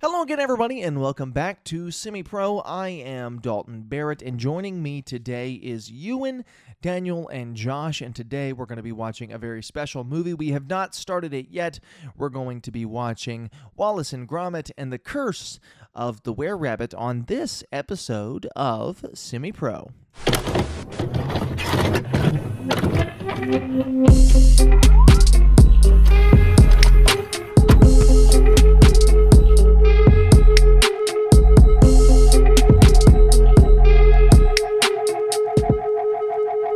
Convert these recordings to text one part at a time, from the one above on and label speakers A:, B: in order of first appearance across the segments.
A: Hello again, everybody, and welcome back to Semi Pro. I am Dalton Barrett, and joining me today is Ewan, Daniel, and Josh. And today we're going to be watching a very special movie. We have not started it yet. We're going to be watching Wallace and Gromit and the Curse of the Were Rabbit on this episode of Semi Pro.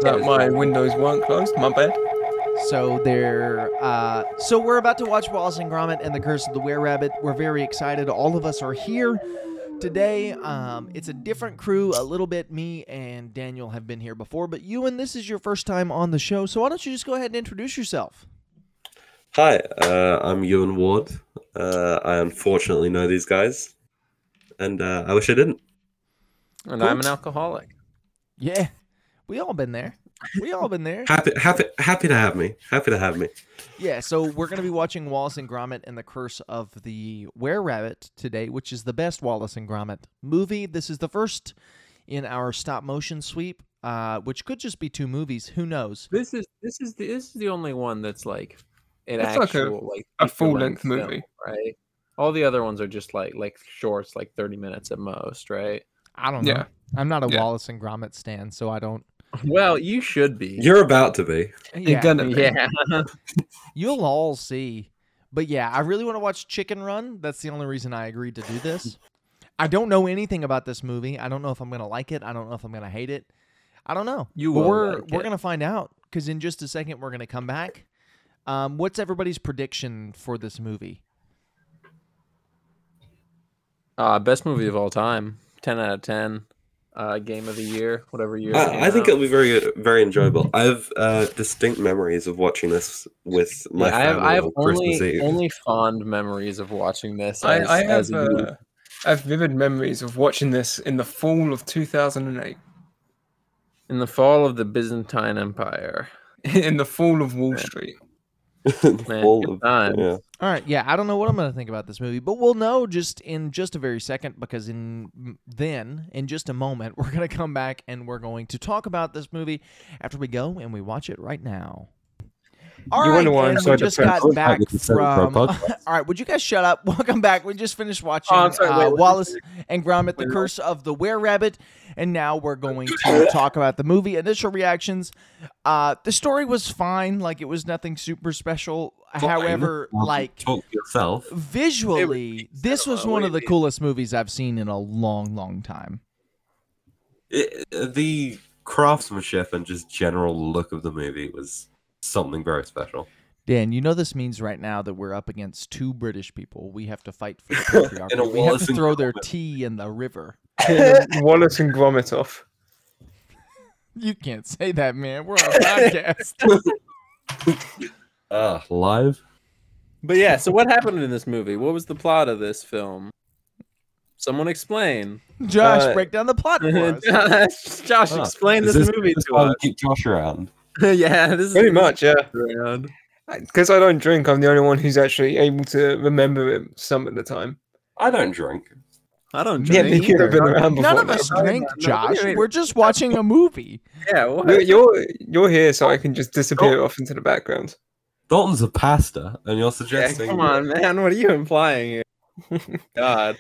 B: that my windows weren't closed. My bad.
A: So they're uh, so we're about to watch Wallace and Gromit and the Curse of the Were Rabbit. We're very excited. All of us are here today. Um, it's a different crew, a little bit. Me and Daniel have been here before, but Ewan, this is your first time on the show. So why don't you just go ahead and introduce yourself?
C: Hi, uh, I'm Ewan Ward. Uh, I unfortunately know these guys, and uh, I wish I didn't.
B: And I'm an alcoholic.
A: Yeah, we all been there. We all been there.
C: Happy, happy, happy to have me. Happy to have me.
A: Yeah, so we're going to be watching Wallace and Gromit and the Curse of the Were Rabbit today, which is the best Wallace and Gromit movie. This is the first in our stop motion sweep, uh, which could just be two movies. Who knows?
D: This is this is the this is the only one that's like an
B: It's like a-
D: actual like,
B: a
D: feature-length
B: full-length
D: film,
B: movie.
D: right? All the other ones are just like like shorts, like thirty minutes at most, right?
A: I don't know.
B: Yeah.
A: I'm not a
B: Yeah.
A: Wallace and Gromit stan, so I don't.
D: Well, you should be.
C: You're about to be.
A: Yeah,
B: gonna be.
D: yeah.
A: you'll all see. But yeah, I really want to watch Chicken Run. That's the only reason I agreed to do this. I don't know anything about this movie. I don't know if I'm going to like it. I don't know if I'm going to hate it. I don't know.
D: You
A: But
D: will
A: we're
D: like
A: we're
D: it.
A: gonna find out because in just a second we're gonna come back. Um, what's everybody's prediction for this movie?
D: Uh, best movie of all time. Ten out of ten. Uh, game of the year, whatever year. it came
C: I, I think
D: out.
C: it'll be very, good, very enjoyable. I have uh, distinct memories of watching this with my
D: Yeah, I have
C: family
D: I have
C: on Christmas
D: only
C: Eve.
D: only fond memories of watching this.
B: I,
D: as-
B: I have
D: as a youth.
B: uh, I have vivid memories of watching this in the fall of 2008,
D: in the fall of the Byzantine Empire.
B: in the fall of Wall Street.
D: Man,
C: Full
D: good
C: of-
D: times.
C: yeah.
A: All right, yeah, I don't know what I'm gonna think about this movie, but we'll know just in just a very second because in then in just a moment we're gonna come back and we're going to talk about this movie after we go and we watch it right now. All
B: You
A: right,
B: wonder why I'm
A: and
B: so
A: we just
C: depressed.
A: got
C: I
A: back
C: get to say it for a
A: from. All
C: podcast.
A: right, would you guys shut up? Welcome back. We just finished watching
B: Oh, I'm sorry,
A: uh,
B: wait, what did you
A: Wallace and Gromit: The Curse of the Were Rabbit, and now we're going to talk about the movie initial reactions. Uh, the story was fine, like it was nothing super special. However,
C: Well,
A: like
C: talk yourself.
A: visually, this was
B: uh,
A: one of
B: what
A: the
B: do you mean?
A: coolest movies I've seen in a long, long time.
C: It, the craftsmanship and just general look of the movie was something very special.
A: Dan, you know this means right now that we're up against two British people. We have to fight for the patriarchy.
C: And a
A: we have
C: Wallace
A: to
C: and
A: throw their
C: Gromit.
A: tea in the river.
B: Wallace and Gromit off.
A: You can't say that, man. We're on a podcast.
C: Uh, live.
D: But yeah, so what happened in this movie? What was the plot of this film? Someone explain.
A: Josh,
D: Uh,
A: break down the plot for us.
D: Josh, Josh,
C: Ah,
D: explain
C: Is
D: this, movie to
C: why we
D: us.
C: Keep Josh around.
D: yeah, this is
B: Pretty much, yeah.
D: Around.
B: Because I don't drink, I'm the only one who's actually able to remember it some of the time.
C: I don't drink.
D: I don't
B: Yeah,
D: drink.
B: you could have been around before.
A: None of
B: now.
A: us
D: no,
A: drank,
D: no, no,
A: Josh.
D: wait, wait.
A: We're just watching a movie.
D: Yeah, what?
B: You're, you're you're here, so I can just disappear off into the background.
C: Dalton's a pasta, and you're
D: Yeah,
C: suggesting.
D: come on, man. What are you implying here? God.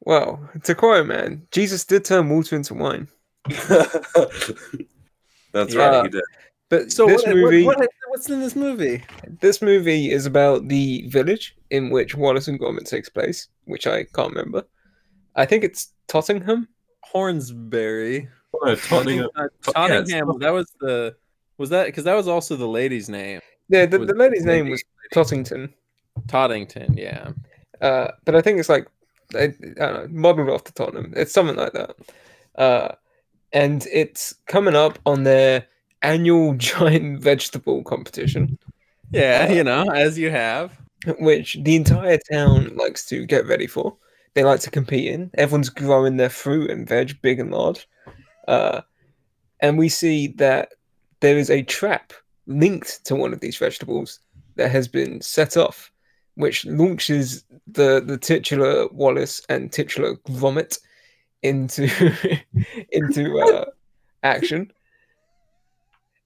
B: Well, to quote a man, Jesus did turn water into wine.
C: That's
D: Yeah.
C: right, he did.
B: But
D: So
B: this
D: what,
B: movie,
D: what, what- what's in this movie?
B: this movie is about the village in which Wallace and Gromit takes place, which I can't remember. I think it's Tottenham.
D: Hornsberry.
C: Oh, Tottenham-
D: Uh,
C: Tot- yeah, it's-
D: Tottenham. That was the. Was that because that was also the lady's name?
B: Yeah, the,
D: Was-
B: the lady's name was Tottington,
D: Tottington. Yeah.
B: uh, but I think it's like I, I don't know, modeled after Tottenham. It's something like that, uh, and it's coming up on their annual giant vegetable competition.
D: Yeah, you know, as you have.
B: which the entire town likes to get ready for. They like to compete in. Everyone's growing their fruit and veg, big and large. Uh, and we see that there is a trap linked to one of these vegetables that has been set off, which launches the the titular Wallace and titular Gromit into into uh, action.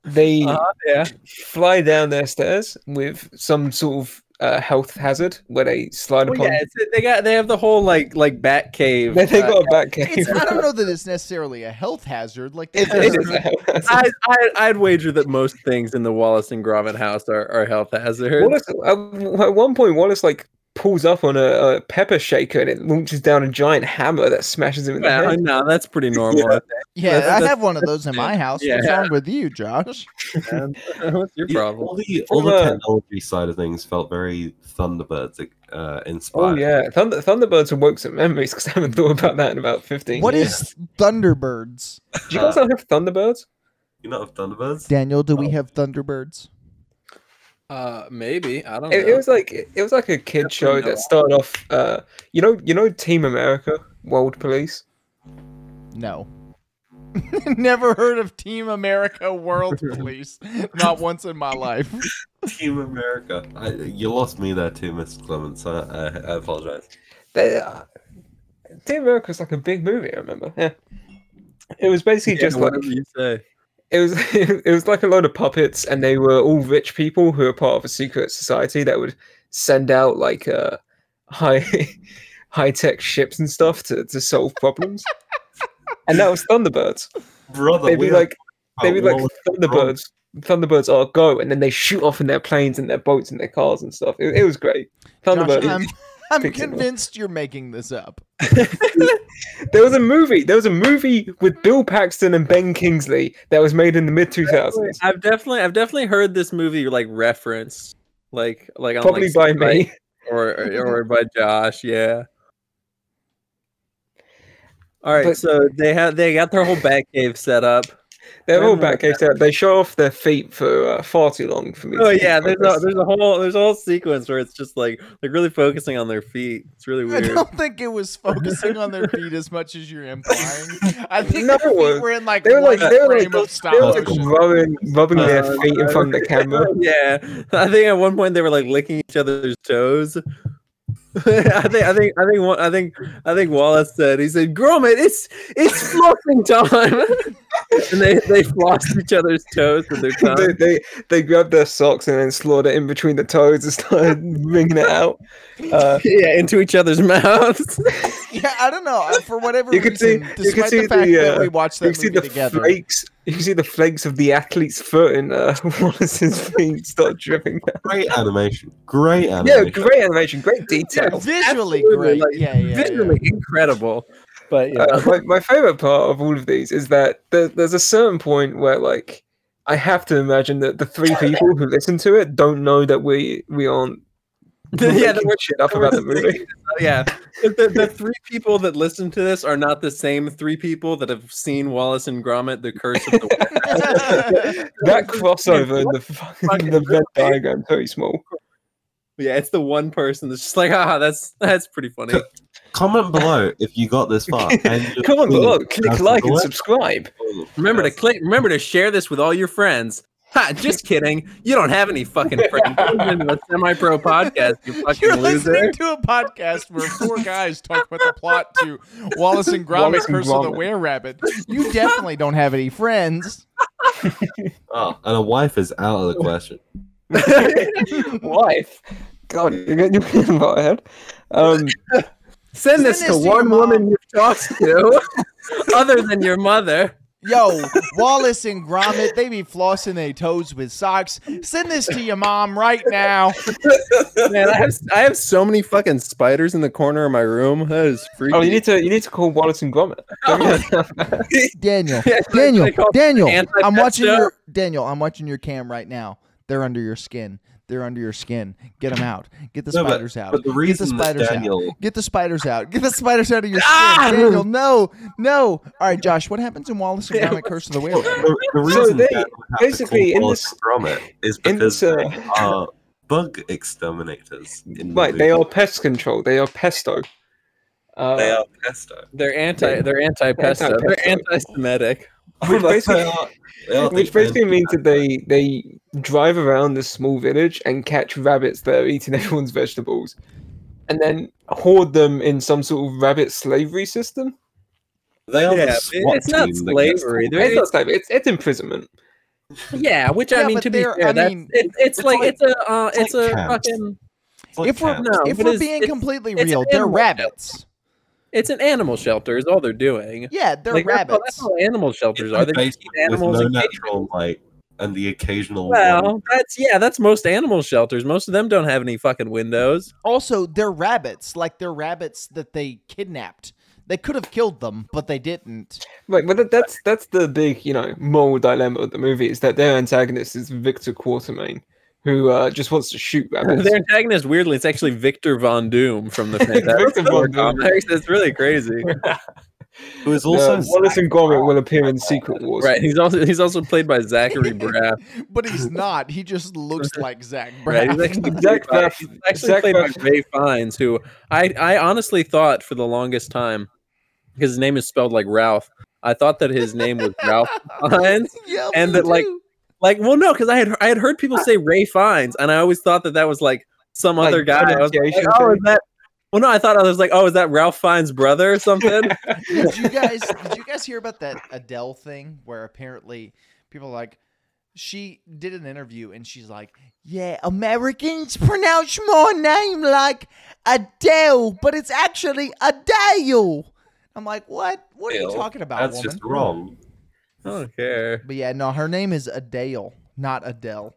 B: They
D: Uh-huh, yeah.
B: fly down their stairs with some sort of uh, health hazard where they slide
D: Well,
B: upon.
D: Oh, yeah, it's, they got they have the whole like like bat cave.
B: they, they
D: uh,
B: got a back cave.
A: It's, I don't know that it's necessarily a health hazard. Like
B: It-
A: that's
B: it is a health hazard.
D: I, I, I'd wager that most things in the Wallace and Gromit house are, are health hazards.
B: Wallace, at at one point, Wallace like pulls up on a, a pepper shaker and it launches down a giant hammer that smashes him in the
D: Well,
B: head.
D: no, that's pretty normal. I
A: yeah,
D: that's-
A: I have one of those in my house. What's
D: Yeah.
A: wrong with you, Josh?
D: think, man. What's your
C: Yeah,
D: problem?
C: All the, all
B: From
C: the
B: a-
C: technology side of things felt very Thunderbirds uh,
B: Oh
C: inspired.
B: yeah, Thunder, Thunderbirds awoke some memories because I haven't thought about that in about fifteen.
A: What
B: years.
A: is Thunderbirds?
B: Do you guys not have Thunderbirds?
C: You not have Thunderbirds?
A: Daniel,
B: Oh.
A: do we have Thunderbirds?
D: Uh, maybe I don't
B: It,
D: know.
B: it was like it was like a kid show
D: no.
B: that started off. Uh, you know, you know, Team America, World Police.
A: No. Never heard of Team America World Police. Not once in my life.
C: Team America. I, you lost me there too, Mr. Clements. I, I, I apologize.
B: They, uh, Team America was like a big movie. I remember. Yeah, it was basically just like
D: whatever you say.
B: it was it was like a load of puppets and they were all rich people who were part of a secret society that would send out like uh high high tech ships and stuff to, to solve problems and that was thunderbirds
C: Brother,
B: they'd be
C: are
B: like they'd be like
C: outlawed.
B: thunderbirds thunderbirds are go and then they shoot off in their planes and their boats and their cars and stuff it, it was great
A: Josh, um,
B: thunderbirds
A: I'm, I'm
B: Fix it up.
A: convinced you're making this up.
B: there was a movie there was a movie with bill paxton and ben kingsley that was made in the mid 2000s
D: I've definitely I've definitely heard this movie like referenced, like like on,
B: probably
D: like,
B: by
D: Spike
B: me
D: or or or by Josh. Yeah. All right,
B: But-
D: so they have they got their whole bat cave set up.
B: They're all
D: Remember
B: back caved out. They show off their feet for uh, far too long for me.
D: Oh
B: to keep
D: yeah, there's a
B: focused.
D: there's a whole there's a whole sequence where it's just like like really focusing on their feet. It's really
A: I
D: weird.
A: don't think it was focusing on their feet as much as you're implying. I think
B: No,
A: their
B: it
A: feet
B: was-
A: were in like
B: they were
A: one
B: like- they were like-
A: frame of stop
B: They were like
A: motion.
B: rubbing, rubbing their
D: Uh,
B: feet in front of the camera.
D: yeah, I think at one point they were like licking each other's toes. I think I think I think one- I think I think Wallace said he said Gromit, it's it's flossing time, and they they flossed each other's toes with their tongue.
B: they, they they grabbed their socks and then slotted it in between the toes and started wringing it out. Uh,
D: yeah, into each other's mouths.
A: Yeah, I don't know. I- For whatever
B: You could see-
A: reason,
B: you could
A: despite
B: see
A: the fact
B: the,
A: that
B: uh,
A: we watched
B: you
A: that
B: can see
A: movie
B: the
A: together,
B: flakes. You can see the flakes of the athlete's foot in uh, Wallace's feet start dripping. down.
C: Great animation. Great
B: Yeah,
C: animation.
B: great animation, great detail.
A: visually
D: Absolutely,
A: great.
D: like,
A: yeah, yeah,
D: Visually incredible, but yeah.
B: Uh, my, my favorite part of all of these is that there, there's a certain point where like I have to imagine that the three people who listen to it don't know that we we aren't
D: yeah,
B: making
D: the,
B: shit up
D: that
B: about
D: we're
B: the movie.
D: yeah. The, the three people that listen to this are not the same three people that have seen Wallace and Gromit: The Curse of the West.
A: yeah.
B: That crossover in the fucking
D: fucking
B: the Venn
D: movie?
B: diagram's very small.
D: Yeah, it's the one person that's just like, ah, that's that's pretty funny.
C: Comment below if you got this far. and you-
B: Come on, below, click
C: That's
B: like and
C: what-
B: subscribe.
D: Remember to click. Remember to share this with all your friends. Ha! Just kidding. You don't have any fucking friends. Listen to a semi-pro podcast. You fucking
A: You're
D: loser.
A: listening to a podcast where four guys talk about the plot to Wallace and Gromit,
B: Wallace and
A: Curse of the
B: Gromit.
A: Were Rabbit. You definitely don't have any friends.
C: Oh, and a wife is out of the question.
B: Wife. God, you're getting your pin about head. Um,
A: Send
D: Send this to
A: this to your
D: one
A: mom.
D: woman you've talked to, other than your mother.
A: Yo, Wallace and Gromit, they be flossing their toes with socks. Send this to your mom right now.
D: Man, I have I have so many fucking spiders in the corner of my room. That is freaky.
B: oh, you need to you need to call Wallace and Gromit. Don't you?
A: Daniel,
D: Yeah, that's what
A: Daniel,
D: they call
A: Daniel,
D: anti-pet
A: I'm watching
D: show.
A: your Daniel. I'm watching your cam right now. They're under your skin. They're under your skin. Get them out. Get the
C: No, but-
A: spiders out.
C: But the reason that
A: spiders out.
C: Daniel
A: Get the spiders out. Get the spiders out of your skin.
D: Ah!
A: Daniel, no, no. All right, Josh, what happens in Wallace and Gromit Curse of the Whale?
C: the, the
B: So
C: reason
B: they-
C: Dan would have to
B: basically,
C: call
B: in
C: Wallace
B: this-
C: Gromit is
B: in
C: because
B: this, uh,
C: they are bug exterminators. In the
B: Right, they
C: movie.
B: are pest control. They are pesto. Uh,
C: They are pesto.
D: They're anti. They're anti-pesto. They're
B: Anti-pesto.
D: anti-Semitic.
B: Which
C: Like,
B: basically-
C: they are- they are
B: Which
C: thick
B: basically
C: men.
B: means that they they drive around this small village and catch rabbits that are eating everyone's vegetables, and then hoard them in some sort of rabbit slavery system.
C: they are the
D: Yeah,
C: SWAT
D: it's not
C: team that gets
D: slavery.
C: caught.
D: They're-
B: It's not slavery. It's, it's imprisonment.
D: Yeah, which
A: Yeah,
D: I mean
A: but
D: to be
A: they're-
D: fair,
A: I
D: that's,
A: mean,
D: it, it's,
C: it's
D: like,
C: like-
D: it's a uh,
C: it's
D: it's,
C: like
D: a
C: camps.
D: fucking
C: It's like
A: if we're
C: camps.
D: No,
A: if
D: but
A: we're
D: it's-
A: being
D: it's
A: completely
D: an
A: real, they're
D: animal.
A: rabbits.
D: it's an animal shelter is all they're doing.
A: Yeah, they're
D: Like, that's all-
A: rabbits.
D: That's all animal shelters
C: It's
D: are.
C: like
D: They just
C: basically
D: keep
C: with
D: animals.
C: no
D: and cage-
C: natural like and the occasional one.
D: Well, that's yeah, that's most animal shelters. Most of them don't have any fucking windows.
A: Also, they're rabbits, like they're rabbits that they kidnapped. They could have killed them, but they didn't.
B: Right, but that, that's that's the big you know moral dilemma of the movie is that their antagonist is Victor Quatermain, who uh, just wants to shoot rabbits.
D: Their antagonist, weirdly, it's actually Victor Von Doom from the Fantastic
B: Victor
D: Four
B: Von Doom.
D: comics. That's really crazy,
C: Who is also
B: Uh, Wallace and Gromit will appear in
C: Zach-
B: Secret Wars.
D: right? He's also he's also played by Zachary Braff.
A: But he's not. He just looks like Zach
D: Right?
A: Braff.
D: He's actually,
B: Zach Braff-
D: he's actually
B: Zach
D: played
B: Braff-
D: by Ray Fiennes, who I, I honestly thought for the longest time, because his name is spelled like Ralph, I thought that his name was Ralph Fiennes.
A: yeah,
D: And
A: me
D: that, like,
A: too.
D: Like, well, no, because I had I had heard people say Ray Fiennes, and I always thought that that was like some
B: Like,
D: other guy. I was like,
B: pronunciation
D: oh,
B: thing?
D: is that? Well, no, I thought I was like, oh, is that Ralph Fiennes' brother or something?
A: did you guys did you guys hear about that Adele thing where apparently people are like she did an interview and she's like, "Yeah, Americans pronounce my name like Adele, but it's actually Adele." I'm like, "What? What are you
C: Adele?
A: talking about,
C: That's
A: woman?"
C: just wrong.
D: I don't care.
A: But yeah, no, her name is Adele, not Adele.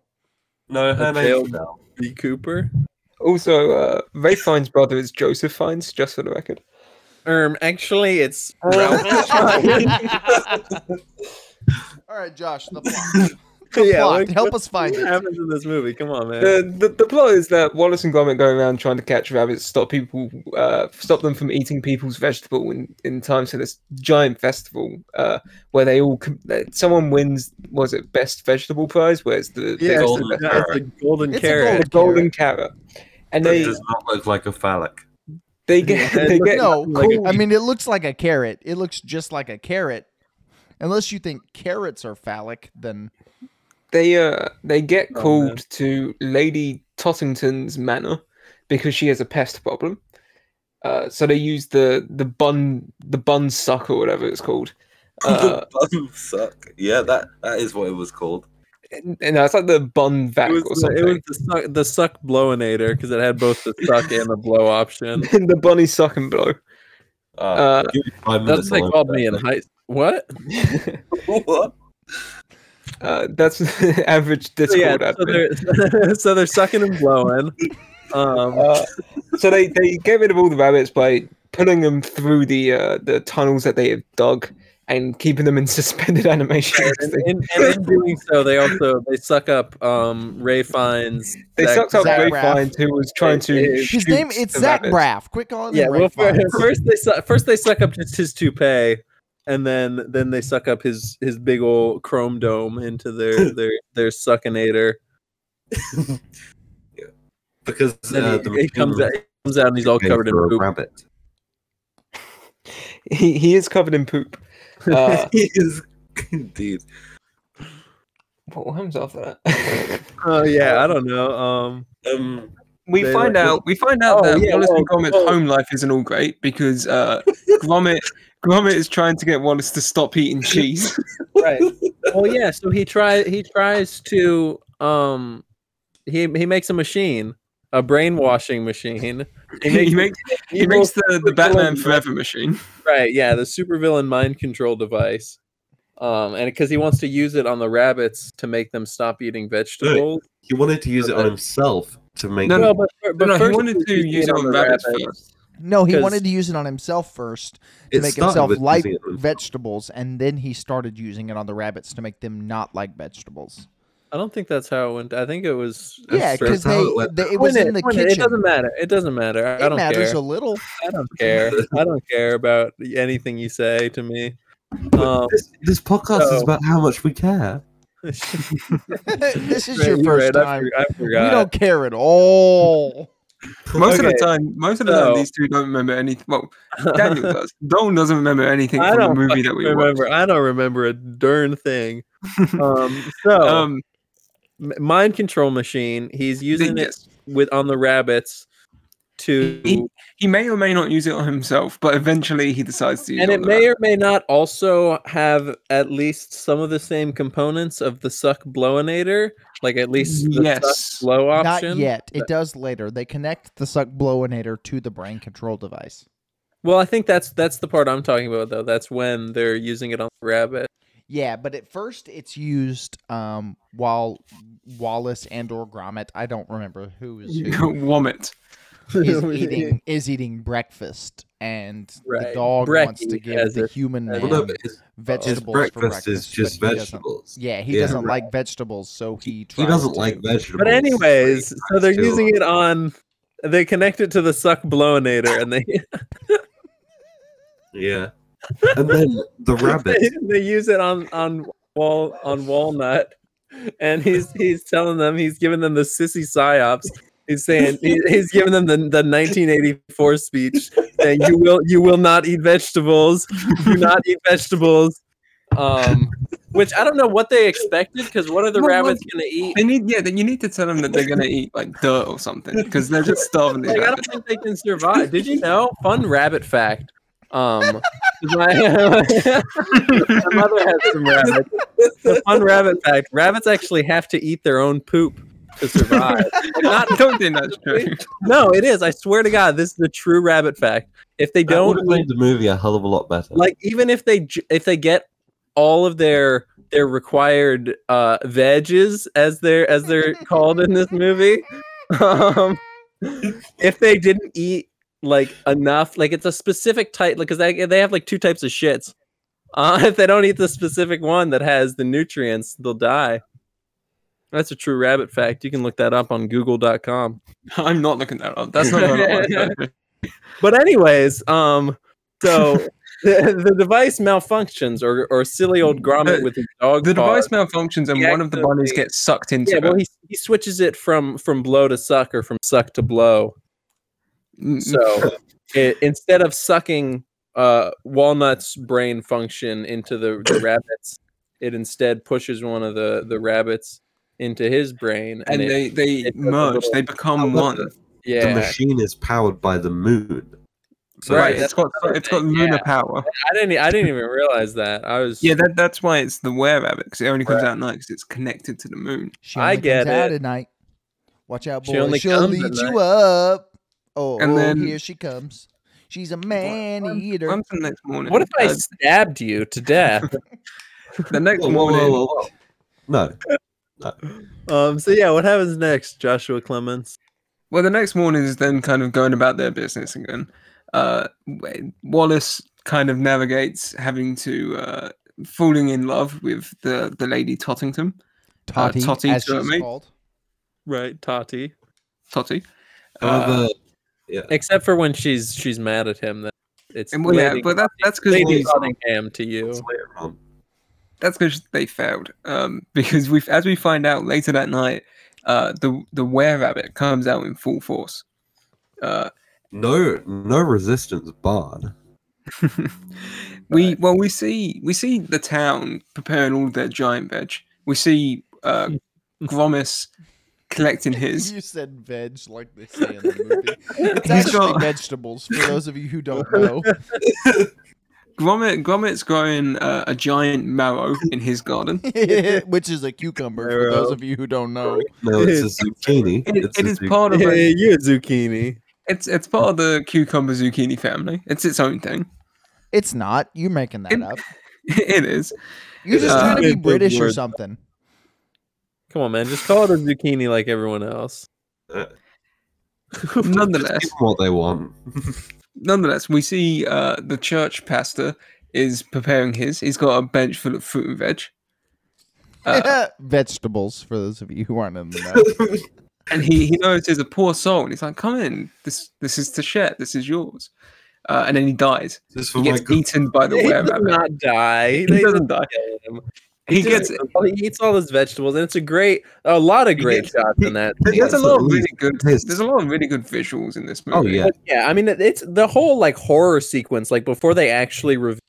C: No, her
D: Okay.
C: name's Adele.
D: B. Cooper.
B: Also, uh, Ray Fine's brother is Joseph Fine's, just for the record.
D: Um, actually, it's Ralph.
A: All right, Josh, the plot. The plot.
D: like,
A: Help us
D: what
A: find it.
D: happens in this movie? Come on, man.
B: The, the the plot is that Wallace and Gromit go around trying to catch rabbits, stop people, uh, stop them from eating people's vegetable in, in time for this giant festival uh, where they all com- that someone wins. Was it best vegetable prize? Where it's the,
D: yeah,
B: the
D: it's,
C: golden
D: a, no, it's a
C: carrot.
D: golden
A: It's a
D: carrot.
A: golden
B: the golden carrot, and
C: That
B: they
C: does not look like a phallic.
B: they get
D: Yeah.
B: they get
A: No,
D: like a-
A: cool. I mean, it looks like a carrot. It looks just like a carrot. Unless you think carrots are phallic, then
B: they uh they get
D: Oh,
B: called
D: man.
B: to Lady Tottington's manor because she has a pest problem. Uh, so they use the the bun the bun suck or whatever it's called. Uh,
C: the bum suck. Yeah, that that is what it was called.
B: and, and that's like the bun vac
D: It was,
B: or
D: the, it
B: something.
D: was the suck, the suck blowinator because it had both the suck and the blow option.
B: the bunny suck and blow.
C: Uh,
B: Uh,
C: give me five
D: That's
C: minutes.
D: what they
C: alone.
D: called me in high. What?
C: What?
B: Uh, that's the average
D: So,
B: Discord
D: yeah, so
B: admin.
D: they're, so they're sucking and blowing. Um,
B: Uh, so they, they get rid of all the rabbits by pulling them through the uh, the tunnels that they have dug and keeping them in suspended animation.
D: and, and, and in doing so, they also they suck up um, Ray Fiennes.
B: They
D: Zach-
B: sucked up
A: Zach
B: Ray
A: Braff.
B: Fiennes, who was trying to.
D: His
A: his
B: shoot
A: name it's
B: the
A: Zach
B: rabbits.
A: Braff. Quick call him.
D: Yeah,
A: Ray
D: well, fir-
A: Fiennes.
D: first they su- first they suck up just his toupee, and then then they suck up his his big old chrome dome into their their their suckinator.
C: Because
D: Then
C: uh,
D: he,
C: the
D: he comes out,
C: machine
D: he comes out and he's all
C: was
D: covered in
C: made for a
D: poop.
C: rabbit.
B: He, he is covered in poop. Uh,
C: He is indeed.
B: what happens after that?
D: Oh yeah, I don't know. Um,
C: Um,
B: we
D: They
B: find
D: like-
B: out. We find out
D: Oh,
B: that
D: yeah,
B: Wallace and
D: well,
B: Gromit's
D: well-
B: home life isn't all great because uh, Gromit Gromit is trying to get Wallace to stop eating cheese.
D: right. Well, yeah. So he tries. He tries to. Um, he he makes a machine, a brainwashing machine.
B: he makes, he makes,
D: evil-
B: the, the Batman Forever machine.
D: Right, yeah, the supervillain mind control device. Um, and because he wants to use it on the rabbits to make them stop eating vegetables.
C: he wanted to use it on himself to make.
B: No,
D: No, but, but
B: no, he
D: first
B: wanted
D: he's
B: to use it on
D: the
B: rabbits first.
A: No, he
D: 'Cause-
A: wanted to use it on himself first to
C: It
A: make
C: started
A: himself
C: with
A: like
C: using it on himself.
A: vegetables, and then he started using it on the rabbits to make them not like vegetables.
D: I don't think that's how it went. I think it was.
A: Yeah,
D: that's
A: because
C: how
A: they,
C: it went
A: they- it was
D: Win
A: in the
D: win
A: kitchen.
D: It doesn't matter. It doesn't matter. I, I
A: It
D: don't
A: matters
D: care.
A: a little.
D: I don't care. I don't care about anything you say to me. Um,
C: This, this podcast is
D: So-
C: about how much we care.
A: this is
D: Right,
A: your
D: you're
A: first
D: right, I
A: time.
D: for- I,
A: We
D: forgot.
A: don't care at all.
B: Most of
D: Okay,
B: the time, most of the time,
D: so-
B: these two don't remember anything. Well, Daniel does. Dolan doesn't remember anything
D: I
B: from the
D: don't
B: movie that we watched.
D: remember. I don't remember a darn thing. Um, so
B: Um,
D: m- mind control machine. He's using it
B: yes,
D: with on the rabbits to,
B: He- he may or may not use it on himself, but eventually he decides to use
D: and
B: it.
D: it
B: on
D: may
B: that.
D: or may not also have at least some of the same components of the suck blowinator. Like at least the
B: Yes.
D: suck blow option.
A: Not yet. It does later. They connect the suck blowinator to the brain control device.
D: Well, I think that's that's the part I'm talking about though. That's when they're using it on the rabbit.
A: Yeah, but at first it's used um, while Wallace and or Gromit, I don't remember who's who,
B: Womit.
A: is eating is eating breakfast, and the
D: Right.
A: dog
D: Brecky
A: wants to give
D: has
A: the
D: it.
A: human
D: Well,
A: man
C: Well, no, but his, his
A: vegetables
C: breakfast,
A: for breakfast.
C: is just
A: but he doesn't-
C: vegetables.
A: Yeah, he
C: Yeah.
A: doesn't like vegetables, so he
C: He,
A: tries
C: doesn't
A: to-
C: like vegetables.
D: But anyways, so
C: nice
D: they're
C: too.
D: using it on. They connect it to the suck blowinator, and they
C: Yeah. And then the rabbit.
D: they, they use it on on wall on walnut, and he's he's telling them he's giving them the sissy psyops. He's saying he- he's giving them the, the 1984 speech saying you will you will not eat vegetables, do not eat vegetables. Um, which I don't know what they expected because what are the
B: Well,
D: rabbits gonna eat?
B: They need, yeah, then you need to tell them that they're gonna eat like dirt or something because they're just starving. these
D: Like, I don't
B: rabbits.
D: think they can survive. Did you know? Fun rabbit fact. Um, my, my mother has some rabbits. The fun rabbit fact: rabbits actually have to eat their own poop to survive.
B: I don't think that's true.
D: no, it is. I swear to God, this is the true rabbit fact. If they
C: That would
D: don't
C: have made the movie a hell of a lot better.
D: like even if they j- if they get all of their their required uh veggies as they're as they're called in this movie um if they didn't eat like enough like it's a specific type like because they, they have like two types of shits uh if they don't eat the specific one that has the nutrients they'll die that's a true rabbit fact you can look that up on google.com
B: I'm not looking that up. That's not what I want. to
D: but anyways, um, so the, the device malfunctions, or or silly old Gromit
B: The-
D: with his dog.
B: Uh, The
D: paw.
B: device malfunctions and
D: He
B: one of the bunnies
D: accidentally-
B: gets sucked into
D: Yeah,
B: it.
D: well, he, he switches it from from blow to suck, or from suck to blow.
B: Mm,
D: So it, instead of sucking uh, Walnut's brain function into the, the rabbits, it instead pushes one of the the rabbits into his brain,
B: and
D: and, it,
B: they they
D: it does a
B: merge.
D: little-
B: They become
C: However,
B: one.
C: the
D: yeah.
C: machine is powered by the moon. So
D: Right,
B: Right.
C: it's-
B: It's got
D: another
B: it's got
D: thing,
B: lunar
D: yeah.
B: power.
D: I didn't I didn't even realize that. I was
B: Yeah, that that's why it's the were rabbit because it only comes out at night because it's connected to the moon.
A: She
D: I
A: only
D: get
A: comes out
D: it.
A: at night. Watch out,
D: She
A: boy.
D: only
A: She will
D: comes at
A: eat you
D: night.
A: up. Oh,
B: And
A: oh,
B: then-
A: here she comes. She's a man eater.
B: Comes the next morning.
D: What if I
B: Uh,
D: stabbed you to death?
B: the next
C: Whoa, whoa,
B: morning?
C: whoa, whoa, whoa. No.
D: Um. So yeah, what happens next, Joshua Clements?
B: Well, the next morning is then kind of going about their business again. Uh, w- Wallace kind of navigates having to uh, falling in love with the the lady Tottington,
A: Totty,
B: Totty
A: as
B: to
A: she's
B: me.
A: called.
D: Right, Tati.
B: Totty. Uh,
C: However,
D: Except for when she's she's mad at him. That it's
B: And well, yeah,
D: Lady-
B: but that, that's because
D: Lady
B: they,
D: Nottingham to you.
C: it's later on.
B: that's because they failed. Um, because we, as we find out later that night, uh, the the were rabbit comes out in full force. Uh,
C: no, no resistance barred.
B: we well we see we see the town preparing all their giant veg. We see uh, Gromis collecting his.
A: You said veg like they say in the movie. It's
B: He's
A: actually
B: got-
A: vegetables for those of you who don't know.
B: Gromit Gromit's growing uh, a giant marrow in his garden.
A: Which is a cucumber for
D: Arrow.
A: those of you who don't know.
C: No, it's a zucchini.
B: It,
C: It's
B: it
C: a
B: is
C: zucchini.
B: part of a,
D: you a zucchini.
B: it's it's part of the cucumber zucchini family. It's its own thing.
A: It's not. You're making that
B: It-
A: up.
B: it is.
A: You're just
B: Uh,
A: trying to be
D: it's a
A: British or
D: word.
A: something.
D: Come on, man, just call it a zucchini like everyone else.
B: Nonetheless,
C: Give 'em what they want.
B: nonetheless, we see uh, the church pastor is preparing his. He's got a bench full of fruit and veg. Uh,
A: vegetables for those of you who aren't in the know.
B: and he, he notices a poor soul and he's like, Come in, this this is to share, this is yours. Uh, and then he dies.
C: Just for
B: He
C: Oh my
B: gets
C: good
B: eaten by the
D: They
B: were
D: did
B: rabbit.
D: not die.
B: He
D: They
B: doesn't
D: didn't
B: die.
D: kill him.
B: He
D: Dude,
B: gets
D: he eats all his vegetables, and it's a great, a lot of
B: He
D: great
B: gets-
D: shots in that.
B: There's
D: scene.
B: a lot of
C: absolutely.
B: really good.
C: Pissed.
B: There's a lot of really good visuals in this movie.
C: Oh, yeah.
D: But yeah, I mean, it- it's the whole like horror sequence, like before they actually reveal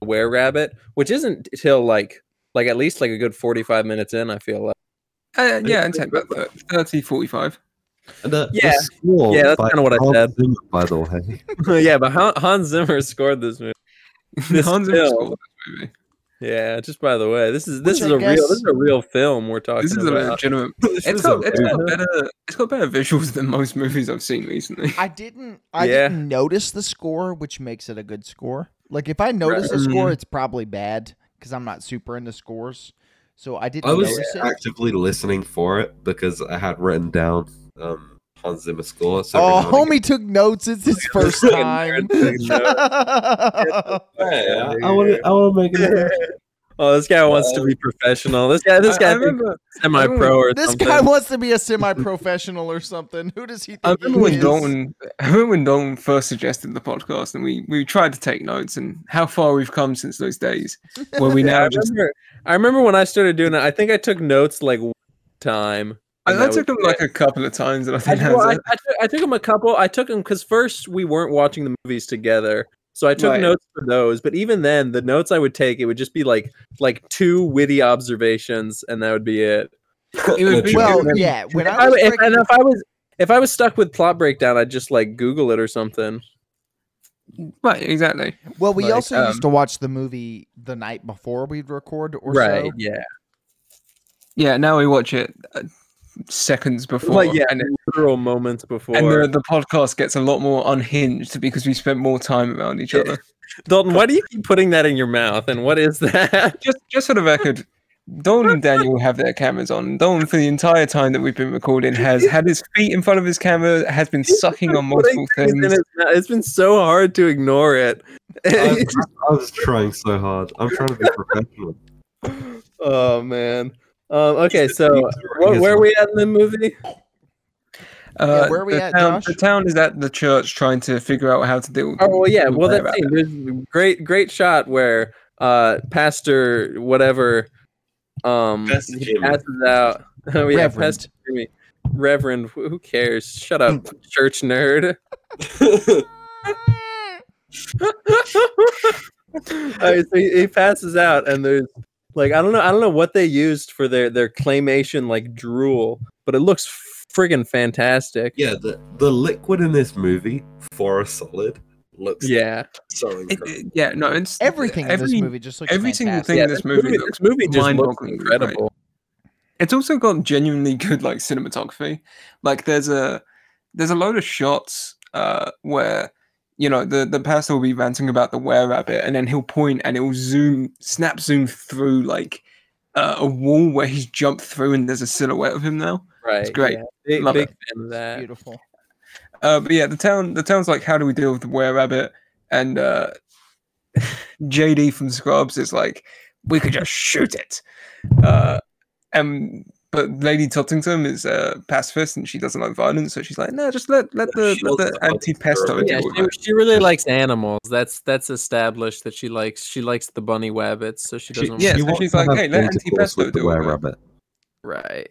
D: the Were Rabbit, which isn't till like like at least like a good forty five minutes in. I feel like.
B: Uh, yeah, and 10, but uh, 30, 45.
C: And uh, the,
D: Yeah.
C: the score
D: Yeah, that's
C: by
D: kinda what I
C: Hans
D: said.
C: Zimmer, by the way.
D: yeah, but Han- Hans Zimmer scored this movie. This
B: Hans Zimmer
D: film.
B: scored this movie.
D: Yeah, just by the way, this is this
A: Which
D: is
A: I
D: a real
A: guess-
D: this is a real film we're talking
B: This is a
D: about.
B: legitimate.
C: This
B: It's
C: is a
B: got, it's
C: bad-
B: got better. It's got better visuals than most movies I've seen recently.
A: I didn't. I
D: Yeah.
A: didn't notice the score, which makes it a good score. Like if I notice the
B: Mm-hmm.
A: score, it's probably bad because I'm not super into scores. So I didn't
C: I was
A: notice it.
C: actively listening for it because I had written down um, Hans Zimmer score. So
A: Oh,
C: every now and
A: homie took notes. It's his first
D: Fucking
A: time.
D: nerd
C: again- Yeah, I want to. I want to make it.
D: oh, this guy wants
B: Uh,
D: to be professional. This guy,
B: I,
D: this
B: I
D: guy,
B: remember.
D: semi pro or
A: this
D: something.
A: guy wants to be a semi-professional or something. Who does he think
B: I
A: he
B: remember when
A: is?
B: Dalton. I remember when Dalton first suggested the podcast, and we we tried to take notes and how far we've come since those days, where we
D: Yeah, I
B: now just.
D: remember, I remember when I started doing it. I think I took notes like one time.
B: I,
D: and
B: I
D: that
B: took them
D: was
B: like a couple of times, and I
D: I,
B: think that's
D: well, I, I,
B: it.
D: took, I took him a couple. I took him because first we weren't watching the movies together, so I took
B: Right.
D: notes for those. But even then, the notes I would take it would just be like like two witty observations, and that would be it.
B: It would be-
A: Well,
B: Dude,
A: yeah. When
D: If
A: I
D: I,
A: was
D: if,
A: breaking-
D: and if I was if I was stuck with plot breakdown, I'd just like Google it or something.
B: Right, exactly.
A: well, we
B: like,
A: also
B: um,
A: used to watch the movie the night before we'd record, or
D: right?
A: so.
D: Yeah.
B: Yeah, now we watch it uh, seconds before.
D: Like yeah,
B: and, it-
D: literal moments before.
B: and the, the podcast gets a lot more unhinged because we spent more time around each
D: Yeah.
B: other.
D: Dalton, why do you keep putting that in your mouth? And what is that?
B: Just, just for the record, Don and Daniel have their cameras on. Don, for the entire time that we've been recording, has had his feet in front of his camera, has been sucking on multiple
D: Putting things in
B: things.
D: his mouth. It's been so hard to ignore it. Uh,
C: I, I was trying so hard. I'm trying to be professional.
D: oh man. Um, okay, so
C: Yes,
D: what, where are we at in the movie?
B: Uh,
A: where are we
B: the
A: at,
B: town,
A: Josh?
B: The town is at the church trying to figure out how to deal with.
D: Oh well, yeah.
B: with
D: Well,
B: the
D: that scene, there's a great, great shot where uh, Pastor whatever um
C: Pastor
D: he
C: Jimmy.
D: passes out. Oh, yeah,
A: Reverend.
D: Pastor Jimmy. Reverend, wh- who cares? Shut up, church nerd. Uh, so he, he passes out, and there's like I don't know, I don't know what they used for their their claymation like drool, but it looks friggin' fantastic.
C: yeah, the the liquid in this movie for a solid looks
D: yeah.
C: so
B: It,
C: incredible.
B: it- yeah, no, it's
A: Everything in
B: every-
A: this movie just looks
B: every single
A: fantastic.
B: thing- in this movie looks
D: this movie just looks
B: mind-bogglingly great.
D: incredible.
B: it's also got genuinely good like cinematography like there's a there's a load of shots uh where you know the the pastor will be ranting about the were rabbit and then he'll point and it will zoom snap zoom through like uh, a wall where he's jumped through and there's a silhouette of him now
D: Right,
B: great.
D: yeah. Big,
B: Love it.
D: big fan of
A: It's
D: that.
A: beautiful.
B: uh but yeah the town the town's like how do we deal with the were rabbit and uh jd from scrubs is like we could just shoot it uh and but lady tottington is a pacifist and she doesn't like violence so she's like no just let let
C: Yeah,
B: the,
C: she
B: let
C: also
B: the
C: likes
B: anti-pesto
C: her-
B: deal
D: Yeah,
B: with
D: she,
B: it."
D: she really likes animals. That's that's established that she likes she likes the bunny wabbits, so she
B: She-
D: doesn't.
B: yeah,
C: She
B: so
C: wants
B: she's
C: to
B: like,
C: have
B: "Hey, let
C: intercourse
B: Antipesto
C: with the
B: do it."
C: were-rabbit.
D: right.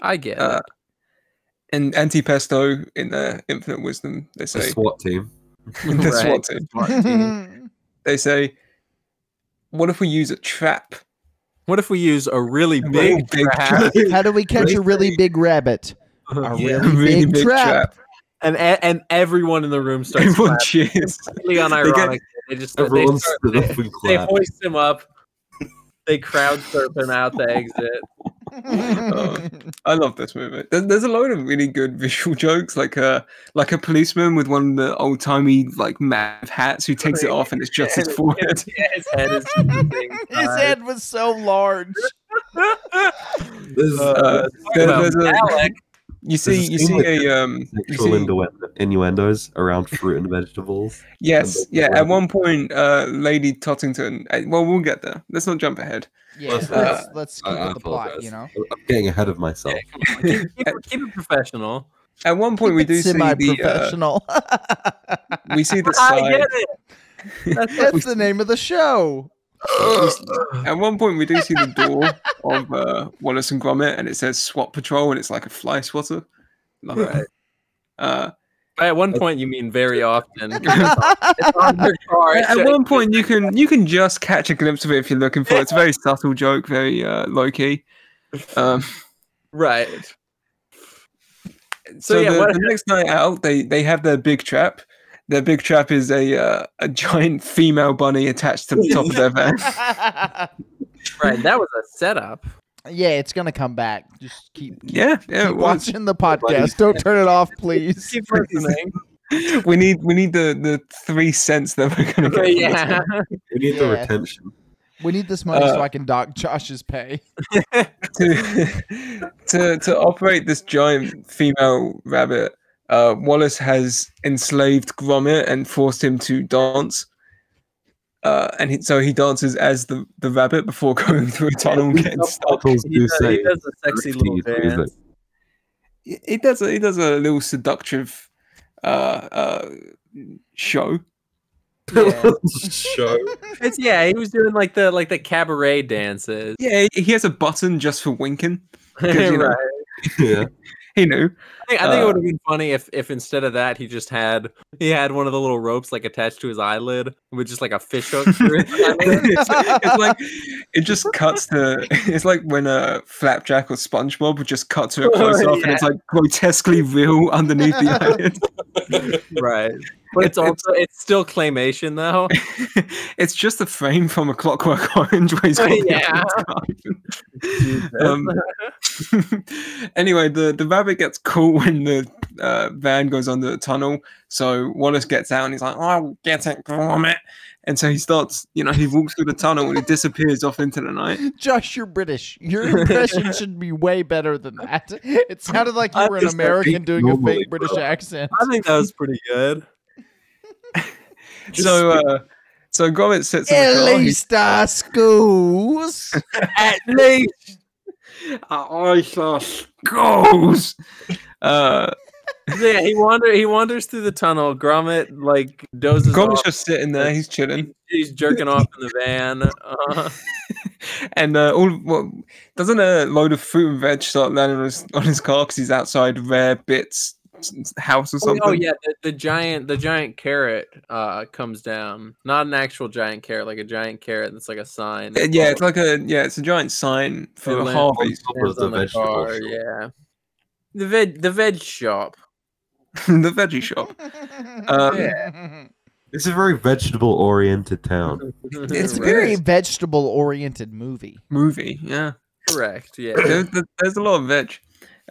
D: I get
B: Uh,
D: it.
B: and anti-pesto in their infinite wisdom they
C: The
B: say
C: SWAT team.
B: in their SWAT
D: Right.
B: team,
A: Mhm.
B: they say what if we use a trap
D: What if we use a really
B: A
D: big,
B: real big
D: trap,
A: How do we catch a really big rabbit? A
C: Yeah,
A: really, big, trap.
D: and e- and everyone in the room starts
B: everyone
D: clapping?
B: cheers
D: Completely unironic. They, just they
C: Everyone
D: start-
C: stood up
D: they,
C: and
D: they
C: clapped.
D: hoist him up. They crowd surf him out the exit.
B: I love this movie. There- There's a load of really good visual jokes, like a like a policeman with one of the old timey like mav hats who takes it off and it's just his forehead.
D: Yeah, his head is just a big
A: His
D: pie.
A: head was so large.
C: There's,
B: Uh, there- there's a-
D: Alec.
B: you see,
C: a
B: you
C: scene
B: see
C: with
B: a um, you
C: sexual
B: see,
C: innuen- innuendos around fruit and vegetables.
B: yes,
C: the-
B: yeah.
C: the
B: At
C: rabbit.
B: one point, uh, Lady Tottington. uh, Well, we'll get there. Let's not jump ahead.
A: Yeah,
C: Listen,
A: let's, let's
C: I,
A: keep
C: I
A: with the plot,
C: apologize.
A: you know.
C: I'm I'm getting ahead of myself.
D: keep, keep it- keep it professional.
B: At one point, we
A: Keep it
B: do see the
A: semi-professional.
D: Ah,
B: uh, we see the side.
D: it.
A: That's the name of the show.
B: At one point, we do see the door of uh, Wallace and Gromit, and it says SWAT Patrol, and it's like a fly swatter. Love it. Uh,
D: By at one point, you mean very often.
B: at one point, you can you can just catch a glimpse of it if you're looking for it. It's a very subtle joke, very uh, low key. Um,
D: right.
B: so
D: So, yeah,
B: the,
D: what
B: the next night out, they they have their big trap. Their big trap is a uh, a giant female bunny attached to the top of their van.
D: right, that was a setup.
A: yeah, it's gonna come back. Just keep,
B: Yeah, yeah,
A: keep
B: it was.
A: watching the podcast. Don't turn it off, please.
D: Keep eh? listening.
B: We need we need the the three cents that we're gonna get. from this
D: yeah.
C: We need the
A: Yeah.
C: retention.
A: We need this money so
B: Uh,
A: I can dock Josh's pay.
B: to to to operate this giant female rabbit, uh, Wallace has enslaved Gromit and forced him to dance. Uh, and he, so he dances as the, the rabbit before going through a tunnel and getting stuck.
C: Couples
D: He
C: do
D: does, he
C: say
D: does a
C: risky
D: sexy little
C: is music.
D: dance.
B: He he does a, he does a little seductive uh, uh, show.
A: Yeah.
C: show.
D: It's yeah, he was doing like the like the cabaret dances.
B: Yeah, he- he has a button just for winking. 'cause, you know,
D: Right.
C: Yeah.
B: He knew.
D: I think, I think it
B: Uh,
D: would have been funny if if instead of that he just had he had one of the little ropes like attached to his eyelid with just like a fish hook through it.
B: it's, it's like it just cuts to it's like when a flapjack or SpongeBob would just cut
A: Oh,
B: to a close up and it's like grotesquely real underneath the eyelid.
D: right. But it's
B: It's-
D: also it's still claymation though.
B: it's just a frame from a Clockwork Orange.
A: Oh,
B: Where he's got the
D: Yeah.
B: eyes out. um, anyway, the the rabbit gets caught when the uh, van goes under the tunnel. So Wallace gets out and he's like, "I'll get it, grommet." And so he starts, you know, he walks through the tunnel and he disappears off into the night.
A: Josh, you're British. Your impression should be way better than that. It sounded like you
D: I
A: were an
D: just speak
A: American doing a
C: normally,
A: fake British
C: bro.
A: accent.
D: I think that was pretty good.
B: So, uh, so Gromit sits in
A: At
B: the car.
A: least I schools.
B: At least
D: Uh,
B: I saw goals. Uh,
D: So, yeah, he wander he wanders through the tunnel. Gromit like dozes
B: Gromit's
D: off.
B: just sitting there. He's chilling,
D: He's jerking off in the van. Uh,
B: and uh, all well, doesn't a load of fruit and veg start landing on his, on his car because he's outside Rare Bits house or
D: oh,
B: something.
D: oh, yeah, the, the giant the giant carrot uh, comes down. Not an actual giant carrot, like a giant carrot that's like a sign.
B: Uh, yeah, it's like a yeah, it's a giant sign for
D: It lands
B: Harvey's.
C: Top
D: Hands
C: of the
D: on the
C: vegetable
D: car,
C: shop.
D: yeah. The veg, the veg shop.
B: the veggie shop.
D: Um,
C: It's a very vegetable oriented town.
B: It's
A: It's a
B: Right.
A: very vegetable oriented movie.
B: Movie, yeah.
D: correct. Yeah,
B: There, there- there's a lot of veg.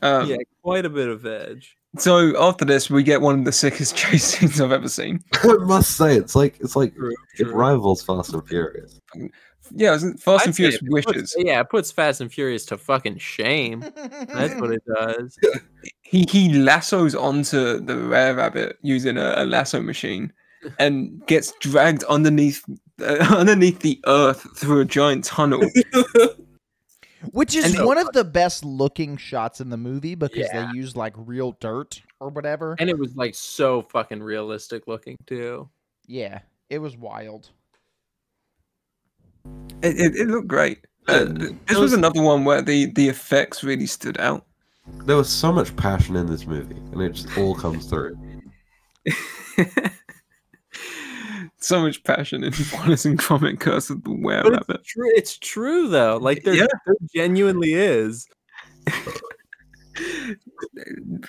B: Um,
D: yeah, quite a bit of veg.
B: So after this, we get one of the sickest chase scenes I've ever seen.
C: I must say, it's like it's like
D: True,
C: it
D: true.
C: rivals Fast and Furious.
B: Yeah, it was Fast
D: I'd
B: and
D: say
B: Furious
D: it
B: wishes.
D: puts- yeah, it puts Fast and Furious to fucking shame. That's what it does.
B: he he lassos onto the rare rabbit using a, a lasso machine and gets dragged underneath uh, underneath the earth through a giant tunnel
A: Which is
B: And-
A: one of the best looking shots in the movie because
D: Yeah.
A: they use like real dirt or whatever.
D: And it was like so fucking realistic looking too.
A: yeah, it was wild.
B: it, it, it looked great uh, th- this was another one where the the effects really stood out
C: There was so much passion in this movie, and it just all comes through.
B: so much passion in Wallace and Gromit Curse of the Were
D: But
B: Rabbit.
D: it's true. It's true though. Like there,
B: Yeah.
D: there genuinely is.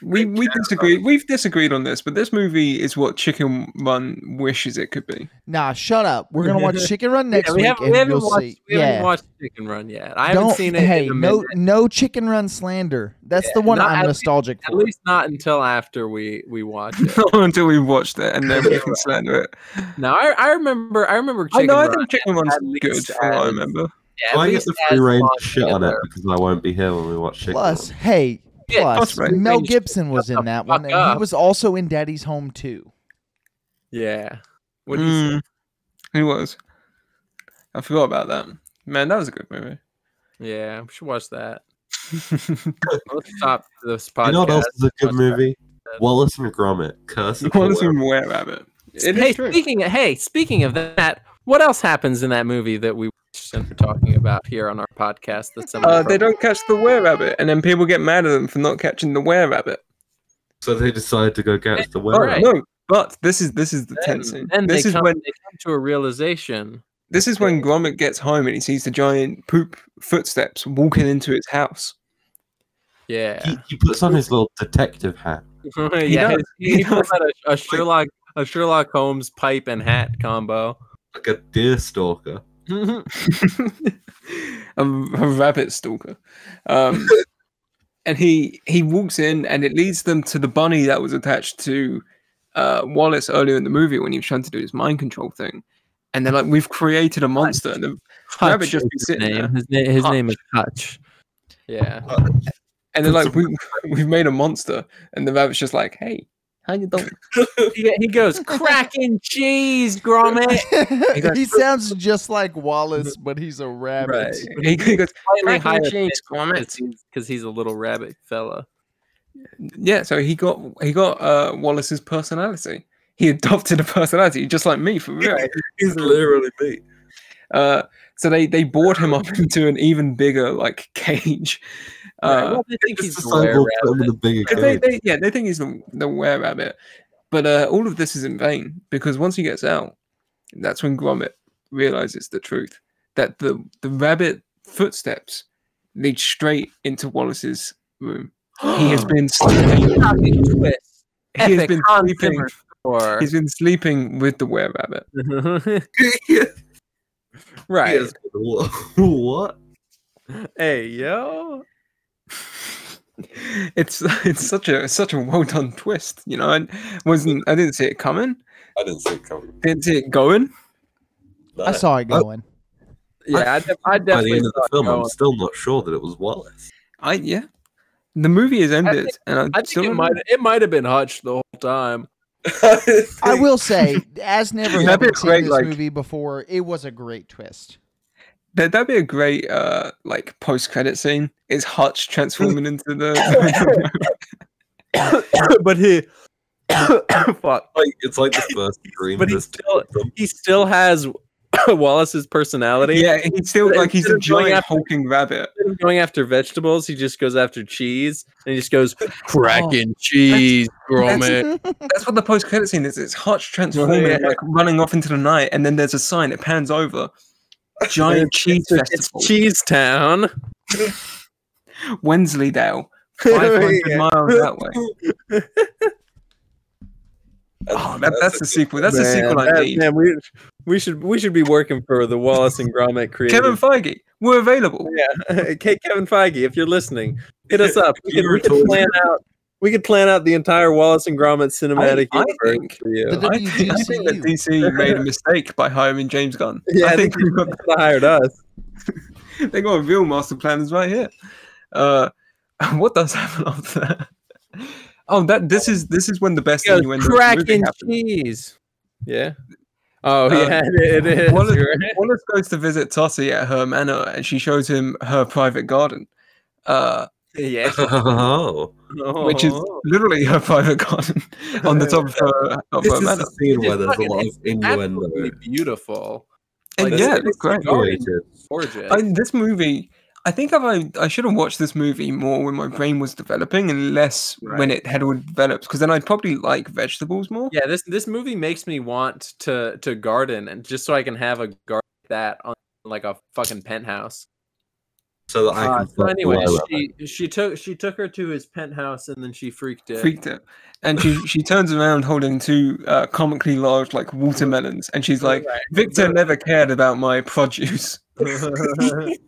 B: We we disagree. We've disagreed on this, but this movie is what Chicken Run wishes it could be.
A: Nah, shut up. We're gonna watch Chicken Run next
D: yeah, we
A: week
D: haven't,
A: and
D: we haven't
A: you'll
D: watched.
A: see.
D: We
A: yeah.
D: haven't watched Chicken Run yet. I haven't
A: Don't-
D: seen it.
A: Hey,
D: in a
A: no,
D: minute.
A: no Chicken Run slander. That's the one
D: not-
A: I'm
D: at least-
A: nostalgic
D: At
A: for.
D: least not until after we we watch it.
B: Not until we watched it, and then we can slander it.
D: No, I, I remember. I remember.
B: I
D: Chicken
B: know. I
D: Run.
B: think Chicken Run's
D: at least
B: good, from what I
D: as-
B: remember.
D: Yeah,
C: Do
D: at
C: I get
D: least
C: the
D: as
C: free reign
D: long
C: to shit on it
D: together.
C: because I won't be here when we watch Chicken
A: Plus,
C: Run.
A: hey,
D: Yeah,
A: plus
B: that's right.
A: Mel
D: Shut
A: Gibson was
D: the
A: in that one, and
D: fuck
A: he
D: up.
A: was also in Daddy's Home too.
D: Yeah. What do
C: Hmm.
D: you say?
B: Mm, It was. I forgot about that. Man, that was a good movie.
D: Yeah, we should watch that. Let's stop this podcast.
C: You know what else is a good
D: podcast.
C: movie? Wallace and Gromit, Curse of the
B: One
C: Were-
B: from Were Rabbit. It is
D: hey,
B: true.
D: speaking hey, speaking of that, What else happens in that movie that we wish that we're talking about here on our podcast? This summer?
B: Uh, they don't catch the were rabbit, and then people get mad at them for not catching the were rabbit. Oh,
C: So they decided to go catch the
D: All
C: whale.
D: right.
B: No, but this is this is the
D: then,
B: tense scene.
D: then
B: This
D: they,
B: is
D: come,
B: when
D: they come to a realization.
B: this is when Gromit gets home and he sees the giant poop footsteps walking into his house.
D: Yeah,
C: He, he puts on his little detective hat.
D: yeah.
B: does,
D: He,
B: he
D: pulls out a, a Sherlock, a Sherlock Holmes pipe and hat combo.
C: Like a deer stalker.
B: a, a rabbit stalker. Um, and he he walks in and it leads them to the bunny that was attached to uh, Wallace earlier in the movie when he was trying to do his mind control thing. And they're like, we've created a monster. And the rabbit
D: Hutch
B: just be
D: is his
B: sitting
D: name.
B: there.
D: His, na- his name is
B: Hutch.
D: Hutch. Yeah.
B: And they're like, we, we've made a monster. And the rabbit's just like, hey, how you doing?
D: He, he goes, cracking cheese, Gromit.
A: he sounds just like Wallace, but he's a rabbit.
B: He, he goes, "Cracking
D: Slightly higher
B: cheese, Gromit."
D: because he's a little rabbit fella.
B: Yeah, so he got he got uh, Wallace's personality. He adopted a personality just like me for real.
C: He's literally me.
B: Uh, so they they board him up into an even bigger like cage.
D: Right,
B: Uh,
D: well, they think
C: It's
D: he's
C: just
D: a
C: like
D: were
C: we'll put him in the bigger
B: but they,
C: cage.
B: they, yeah, they think he's the the were rabbit, but uh, all of this is in vain because once he gets out, that's when Gromit realizes the truth that the the rabbit footsteps lead straight into Wallace's room. He has been sleeping. He has been sleeping.
D: Or...
B: He's been sleeping with the were rabbit.
D: right.
C: Yes. What? what?
D: Hey, yo.
B: it's it's such a it's such a well done twist, you know. I wasn't I didn't see it coming,
C: I didn't see it coming.
B: didn't see it going.
A: I saw it
C: Oh.
A: going.
D: Yeah, I, def- I
C: By the
D: definitely
C: end of
D: saw
C: the
D: it
C: film, I'm
D: going.
C: still not sure that it was Wallace.
B: I yeah, the movie is ended,
D: think-
B: and I'm
D: I think
B: still
D: it
B: in-
D: might it might have been Hutch the whole time.
A: I will say, as never
B: That'd be
A: having
B: a
A: seen
B: great,
A: this
B: like-
A: movie before, it was a great twist.
B: That, that'd be a great uh like post credit scene. Is Hutch transforming into the?
D: but he fuck.
C: Like, it's like the first dream.
D: But
C: But
D: he
C: this
D: still
C: film.
D: he still has Wallace's personality.
B: yeah, he's still like he's
D: Instead
B: a
D: of going
B: giant
D: after-
B: hulking rabbit.
D: Instead of going after vegetables, he just goes after cheese and he just goes Oh, cracking cheese, Gromit.
B: That's what the post credit scene is. It's Hutch transforming,
D: yeah.
B: like running off into the night, and then there's a sign that pans over. Giant cheese
D: It's
B: festival,
D: Cheese Town.
B: Wensleydale, five hundred miles that way. Oh, that, that's, the sequel. That's the sequel I
D: that-
B: need.
D: man, we, we should we should be working for the Wallace and Gromit creative.
B: Kevin Feige, we're available.
D: yeah, K- Kevin Feige, if you're listening, hit us up. We
C: You
D: could,
C: were
D: we could
C: told-
D: plan out. We could plan out the entire Wallace and Gromit cinematic
B: I- I
D: universe
B: think
D: for you.
A: The
B: I think, I think that DC made a mistake by hiring James Gunn.
D: Yeah,
B: I think they got,
D: They hired us.
B: they got a real master plan is right here. Uh, what does happen after that? Oh, that this is this is when the best
D: Goes,
B: innuendo in the movie
D: cracking
B: happens.
D: cheese. Yeah. Oh yeah,
B: Um,
D: it is.
B: Wallace-
D: You're right.
B: Wallace goes to visit Tossie at her manor, and she shows him her private garden, uh,
D: Yeah.
C: Oh.
B: which is literally her private garden on the top of her, of
C: This
B: her
C: is
B: manor.
C: the scene
D: It
C: where
D: is
C: there's a
D: fucking-
C: lot of
D: it's
C: innuendo.
D: absolutely beautiful.
B: And
D: Like,
B: yeah,
D: it's
B: it's great.
D: garden.
C: Insinuated.
D: Gorgeous.
B: I, this movie, I think if I I should have watched this movie more when my brain was developing and less when it had all developed, because then I'd probably like vegetables more.
D: yeah, this this movie makes me want to to garden and just so I can have a garden like that on like a fucking penthouse.
C: So that I
D: Uh,
C: can.
D: so
C: fuck
D: anyway,
C: Wallace.
D: she, she took she took her to his penthouse and then she freaked it.
B: Freaked out. And she, she turns around holding two uh, comically large, like watermelons. And she's like, Victor never cared about my produce.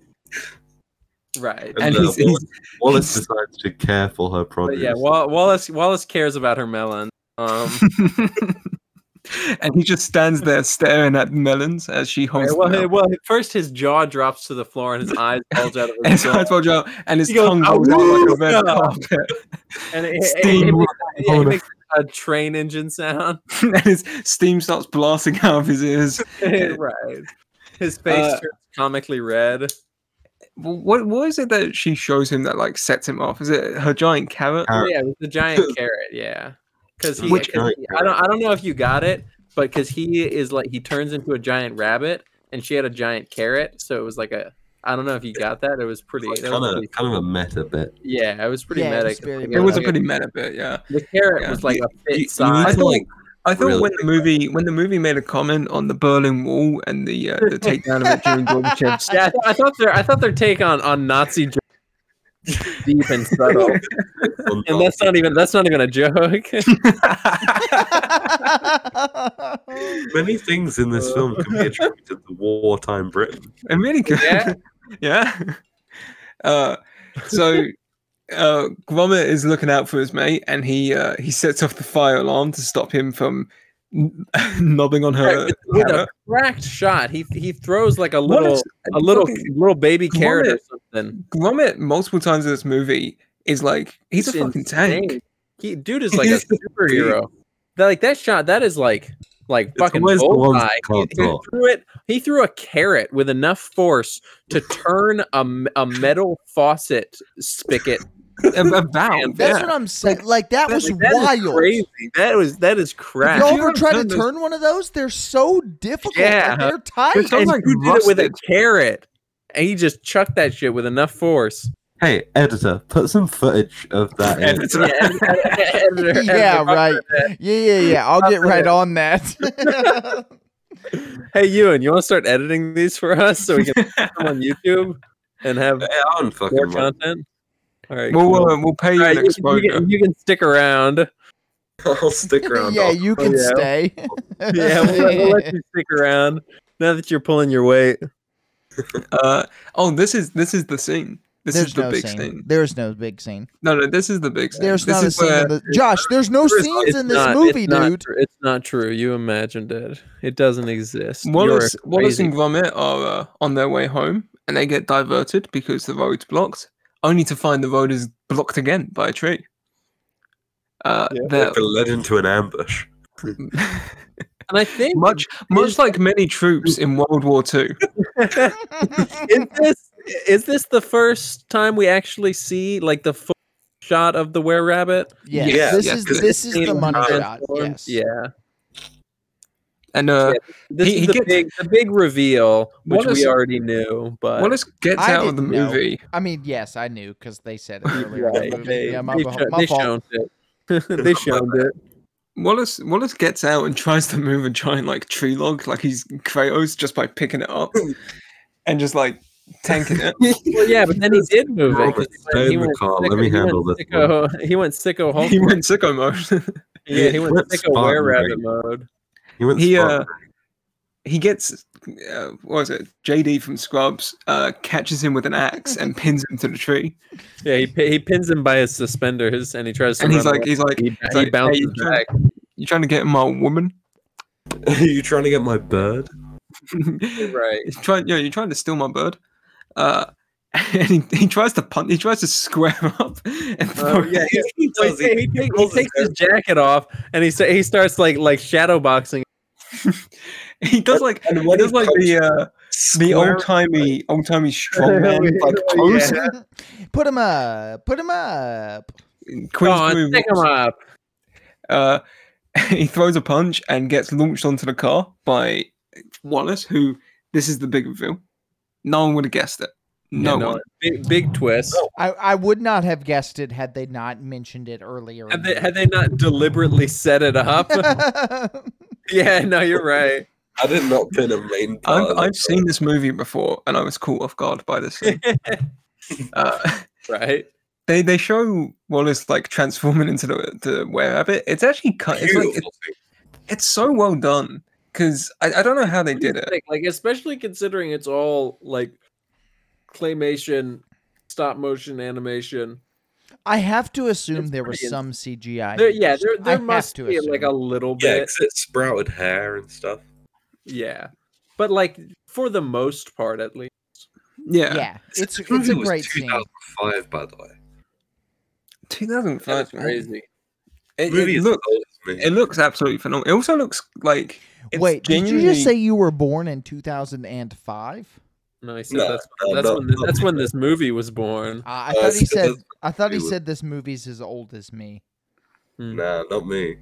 D: right.
B: And
C: uh,
B: he's, he's,
C: Wallace decides to care for her
D: But
C: produce.
D: yeah, Wa- Wallace Wallace cares about her melon. Um,
B: and he just stands there staring at melons as she holds
D: well,
B: them
D: hey,
B: out.
D: well, first his jaw drops to the floor and his eyes bulge out of
B: And
D: his
B: his eyes bulge out, and his
D: He goes,
B: tongue rolls out like a red
D: "Awooga!"
B: carpet.
D: and it, it- it- it
B: Steam
D: makes, yeah, it makes a train engine sound.
B: and his steam starts blasting out of his ears.
D: right. His face
B: Uh,
D: turns comically red.
B: Well, What what is it that she shows him that like sets him off? Is it her giant carrot?
D: Uh,
C: Carrot.
D: yeah, with the giant carrot. Yeah, because he,
C: Which
D: 'cause
C: giant
D: he- I don't I don't know if you got it, but because he is like he turns into a giant rabbit, and she had a giant carrot, so it was like a. I don't know if you got that. It was pretty.
C: It's
D: that
C: kind
D: was
C: of
D: pretty
C: kind of a meta bit.
D: yeah, it was pretty
A: Yeah, it
D: meta.
A: was very
B: It was a
A: Yeah.
B: pretty meta bit, yeah.
D: The carrot
B: Yeah.
D: was like a
C: You,
D: fit
C: you need
D: size.
C: to like
B: I thought
C: Really?
B: when the movie when the movie made a comment on the Berlin Wall and the uh, the takedown of it during Gorbachev's
D: Yeah, I, th- I thought their I thought their take on on Nazi jo- deep and subtle,
C: on-
D: and that's not even that's not even a joke.
C: many things in this film can be attributed to wartime Britain.
B: I'm really good.
D: Yeah.
B: yeah. Uh, so uh, Gromit is looking out for his mate, and he uh, he sets off the fire alarm to stop him from n- nobbing on her.
D: With- with
B: hammer.
D: a cracked shot, he he throws like a
B: What
D: little
B: is-
D: a little
B: fucking
D: little baby
B: Come on
D: carrot or
B: it.
D: something.
B: Gromit multiple times in this movie is like he's
D: It's
B: a fucking
D: insane.
B: tank.
D: He, dude is like a
B: He's the
D: superhero. That, like that shot, that is like like fucking
C: always the ones
D: bullseye.
C: that
D: He,
C: can't
D: he
C: talk.
D: threw it. He threw a carrot with enough force to turn a, m- a metal faucet spigot.
B: A- a valve,
A: That's
B: yeah.
A: what I'm saying. Like that was
D: Like, that is
A: wild.
D: crazy. That was that is crap.
A: If y'all
B: You
A: ever
B: have
A: try to
B: done this-
A: turn one of those, they're so difficult.
D: Yeah.
A: Yeah, they're tight.
B: It's
D: and
B: almost like
D: who did it with a
B: rusted.
D: carrot? And he just chucked that shit with enough force.
C: Hey, editor, put some footage of that. in.
B: Editor.
A: yeah, right. Yeah, yeah, yeah. I'll get
D: After
A: right on that.
D: Hey, Ewan, you want to start editing these for us so we can put them on YouTube and have
C: Hey, I don't fucking
D: more
C: mind.
D: content? All right,
B: We'll,
D: cool.
B: uh, we'll pay you
D: All right,
B: an
D: you, can- you
B: exposure.
D: can, you can stick around.
C: I'll stick around.
A: yeah,
C: I'll-
A: you can
D: yeah.
A: stay.
D: Yeah, we'll, let- we'll let you stick around now that you're pulling your weight.
B: Uh, oh, this is this is the scene. This
A: There's
B: is the
A: no
B: big
A: scene.
B: scene.
A: There's no big scene.
B: No, no, this is the big scene.
A: There's
B: this
A: not a
B: is
A: scene
D: uh,
B: where-
A: in the Josh. There's no
B: There's-
A: scenes
D: It's
A: in this
D: not-
A: movie,
D: it's not
A: dude.
D: tr- it's not true. You imagined it. It doesn't exist. You're
B: Wallace, Wallace
D: crazy
B: and Gromit are uh, on their way home, and they get diverted because the road's blocked, only to find the road is blocked again by a tree. Uh, they're-
C: They're led into an ambush.
D: And I think
B: much, much like many troops in World War Two.
D: is this is this the first time we actually see like the full shot of the were rabbit?
A: yes,
C: Yeah,
A: this
B: yeah,
A: is
C: 'cause
A: this is the
D: Seeing
A: money
D: him
A: shot.
D: transformed?
A: Yes.
D: Yeah.
B: And uh,
D: This
B: He-
D: is
B: he
D: the
B: gets-
D: big the big reveal, which
B: What is-
D: we already knew, but
B: Wallace gets
A: I
B: out of the
A: didn't know.
B: movie.
A: I mean, yes, I knew because they said it earlier. in the
D: right,
A: movie.
D: they,
A: yeah, my,
D: they,
A: fault-
D: sho-
A: my
D: they
A: fault.
D: showed it. they showed it.
B: Wallace Wallace gets out and tries to move a giant like tree log, like he's Kratos, just by picking it up and just like tanking it.
D: Well, yeah, but then he did move it. 'cause
C: Robert, stay in the car. Let me
D: he
C: handle
D: went
C: this
D: Sicko, He went sicko Hulk.
B: he went sicko mode.
D: yeah, he went
C: Let's
D: sicko
C: Spartan
D: were rabbit
C: raid.
D: mode.
C: He went
B: he
C: Spartan.
B: uh, he gets uh, what was it? JD from Scrubs uh, catches him with an axe and pins him to the tree,
D: Yeah, he pi- he pins him by his suspenders, and he tries to.
B: and he's
D: run
B: like,
D: away.
B: he's like,
D: he,
B: he's
D: he
B: like, "Hey,
D: bounces
B: you trying,
D: back.
B: you trying to get my woman?
C: Are you trying to get my bird?
B: he's
D: Right.
B: trying, you know, you're trying to steal my bird. Uh, and he, he tries to punt. He tries to square up. And
D: Uh,
B: throw-
D: yeah, he, he,
C: does.
D: he,
C: He-
D: take- he
C: rolls his
D: takes his jacket off and he sa- he starts like like shadow boxing.
B: he does like
C: And
B: he does like the uh, the
C: square-
B: old timey old timey strongman like pose.
A: Put him up. Put him uh, up.
B: Queen's
D: on,
B: Blue
D: pick oh, him
B: Rocks.
D: up.
B: uh, he throws a punch and gets launched onto the car by Wallace, who this is the big reveal. No one would have guessed it. No,
D: You know,
B: one.
D: big, big twist.
A: I, I would not have guessed it had they not mentioned it earlier. in
D: Had
A: the
D: they, had they not deliberately set it up?
A: movie.
D: yeah, no, you're right.
C: I did not pin a main part.
B: I've, I've seen this movie before, and I was caught off guard by this. Scene. uh,
D: Right.
B: they they show Wallace like transforming into the the were rabbit. It's actually cut. It's like it, it's so well done because I, I don't know how they did it.
D: Like, like, especially considering it's all like claymation, stop motion animation.
A: I have to assume there was
D: pretty ins-
A: some CGI.
D: There, yeah,
A: used.
D: there,
A: I
D: there
A: have
D: must
A: to
D: be like a
A: assume.
D: little
C: Yeah,
D: bit.
C: 'cause it sprouted hair and stuff.
D: Yeah. But like for the most part, at least.
B: Yeah,
A: yeah. It's
C: This
A: it's
C: movie
A: a
C: was
A: great scene.
C: 2005, by the way.
D: That's
B: 2005. man.
D: crazy.
B: It,
C: The movie
B: it,
C: is
B: look,
C: old as me.
B: it looks absolutely phenomenal. It also looks like it's
A: Wait, did you
B: genuinely-
A: just say you were born in 2005?
D: No, he said
C: No,
D: that's,
C: no,
D: that's
C: no,
D: when this,
C: no.
D: that's when this movie was born.
A: Uh, I
C: Uh,
A: thought he
C: it's-
A: said
C: it's-
A: I thought he
C: it was-
A: said this movie's as old as me.
C: Nah, not me.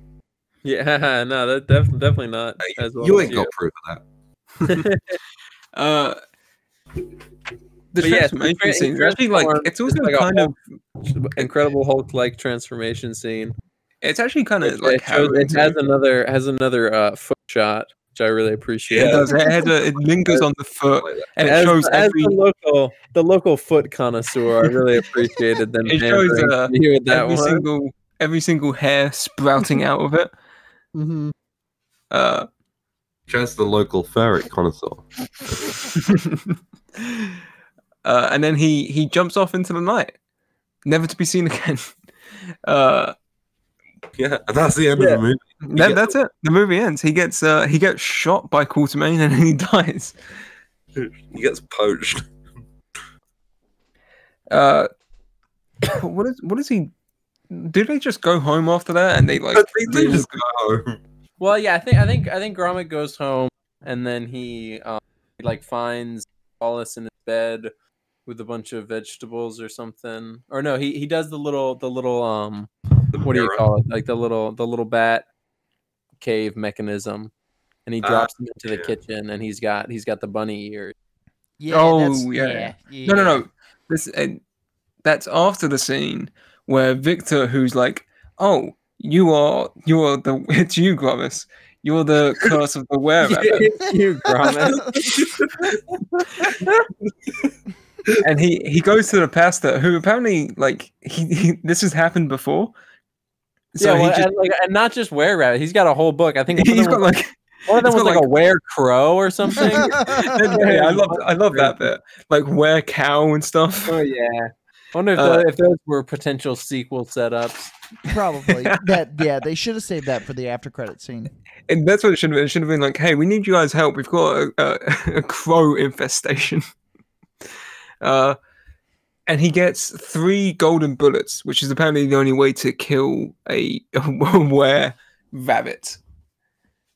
D: Yeah, no, that def- definitely not as well.
C: you
D: as
C: ain't got proof of that.
B: Uh, the
D: But yeah,
B: transformation
D: it's very-
B: scene is
D: it's
B: actually like
D: transformed.
B: it's also
D: like a
B: kind of
D: incredible Hulk like transformation scene.
B: it's actually kind of
D: It-
B: like
D: it, shows- it
B: harrowing.
D: has another has another uh, foot shot, which I really appreciate.
B: It does. It, has a, it lingers on the foot and
D: as,
B: it shows
D: as
B: every
D: the local the local foot connoisseur, I really appreciated them.
B: It shows,
D: hammering
B: uh,
D: you with that
B: every
D: one.
B: single every single hair sprouting out of it.
D: Mhm.
B: Uh,
C: Just the local ferret connoisseur.
B: uh, and then he he jumps off into the night, never to be seen again. Uh,
C: Yeah, and that's the end
D: Yeah.
C: of the movie.
B: that, that's it. The movie ends. He gets uh, he gets shot by Quatermain and he dies.
C: He gets poached.
B: Uh, what is what is he? Do they just go home after that? And they like
C: I think they
B: they
C: just go home.
D: Well, yeah, I think I think I think Gromit goes home, and then he, um, he like finds Wallace in his bed with a bunch of vegetables or something. Or no, he he does the little the little um
C: The
D: what do you
C: mirror.
D: call it? Like the little the little bat cave mechanism, and he
B: Uh,
C: Ah,
D: drops him into the
C: yeah.
D: kitchen, and he's got he's got the bunny ears.
A: Yeah,
B: Oh,
A: that's-
B: yeah,
A: yeah,
B: No, no,
A: yeah.
B: no. This uh, that's after the scene where Victor, who's like, "Oh, you are, you are the, it's you, Glovis. You're the curse of the were
D: you Gromit.
B: And he he goes to the pastor, who apparently like he, he this has happened before. So
D: yeah, well,
B: he just
D: and, like, and not just were rabbit. He's got a whole book. I think one of
B: he's got
D: them, was-
B: like.
D: one of them
B: he's
D: was
B: got
D: like, a were crow or something.
B: yeah, I love I love that bit, like where cow and stuff.
D: Oh yeah. Wonder if,
B: Uh,
D: tho- if those were potential sequel setups.
A: Probably that. Yeah, they should have saved that for the after credit scene.
B: And that's what it should have been. It should have been like, hey, we need you guys' help. We've got a, a, a crow infestation. Uh, and he gets three golden bullets, which is apparently the only way to kill a, a were rabbit.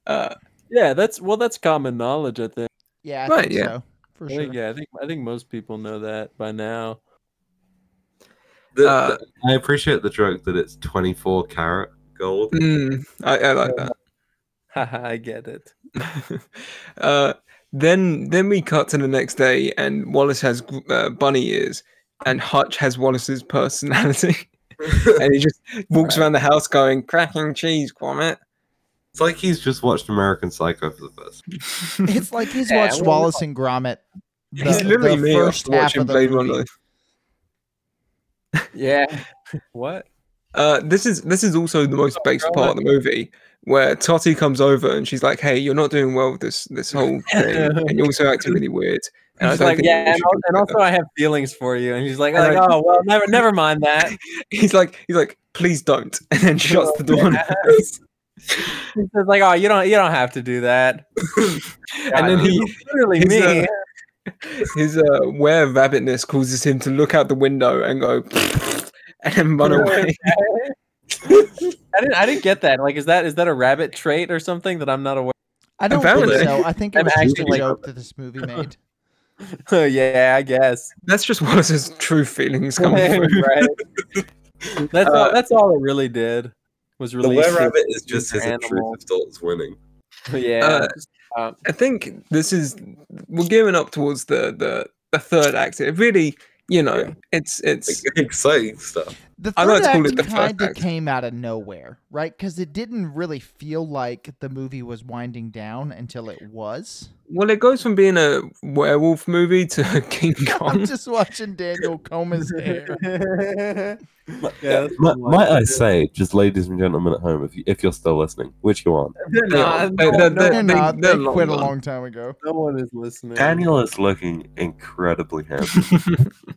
B: Uh,
D: Yeah, that's well, that's common knowledge. I think.
A: Yeah, I
B: Right,
A: think
B: yeah.
A: so for
D: I
A: sure.
D: think yeah, I think I think most people know that by now.
C: The-
B: Uh,
C: the- I appreciate the joke that it's 24 karat gold.
B: mm, I, I like that.
D: Haha, I get it.
B: uh, then then we cut to the next day, and Wallace has gr- uh, bunny ears, and Hutch has Wallace's personality, and he just walks around the house going cracking cheese, Gromit.
C: It's like he's just watched American Psycho for the first.
A: It's like he's
D: Yeah,
A: watched
D: well,
A: Wallace and Gromit. The,
B: He's literally
A: the
B: me
A: first
B: after
A: half
B: watching
A: of the
B: Blade
A: movie.
B: Runner.
D: Yeah. what?
B: Uh, this is this is also the most basic
D: Gromit.
B: part of the movie where Totty comes over and she's like, "Hey, you're not doing well with this this whole thing, and you're also acting really weird." And I
D: He's
B: don't
D: like,
B: think
D: yeah,
B: you
D: and
B: should
D: also, and
B: do
D: also
B: that."
D: I have feelings for you, and he's like,
B: And
D: like,
B: I-
D: oh well, never, never mind that.
B: he's like, he's like, "Please don't," and then shuts the door. in her face.
D: He's just like, oh, you don't, you don't have to do that.
B: And then he
D: literally
B: his,
D: me.
B: uh, his uh, where rabbitness causes him to look out the window and go and then run away.
D: I didn't, I didn't get that. Like, is that is that a rabbit trait or something that I'm not aware?
A: I don't
B: Apparently.
A: think so. I think it
D: I'm
A: was just a
D: actually, like-
A: joke that this movie made.
D: Oh yeah, I guess.
B: That's just one of his true feelings coming through.
D: right. That's
B: Uh,
D: all. That's all it really did was
C: The
D: really.
C: were rabbit is just his
D: Animal.
C: intrusive thoughts winning.
D: Yeah. Um,
B: Uh, I think this is we're gearing up towards the the, the third act. It really, you know, it's it's
C: Like, exciting stuff.
A: The
B: I
A: third
B: like to call it
A: act
B: the first
A: kind of
B: act.
A: came out of nowhere, right? Because it didn't really feel like the movie was winding down until it was.
D: uh,
B: well, it goes from being a werewolf movie to a King
A: I'm
B: Kong.
A: just watching Daniel comb his hair.
D: yeah,
C: Might, might I say, just ladies and gentlemen at home, if, you, if you're still listening, which you aren't,
B: They are- they-
D: no,
B: they're-
A: No, they're
B: they're-
A: not. They
B: they're
A: quit a
B: long
A: long time ago.
D: no one is listening.
C: Daniel is looking incredibly handsome.
B: gone.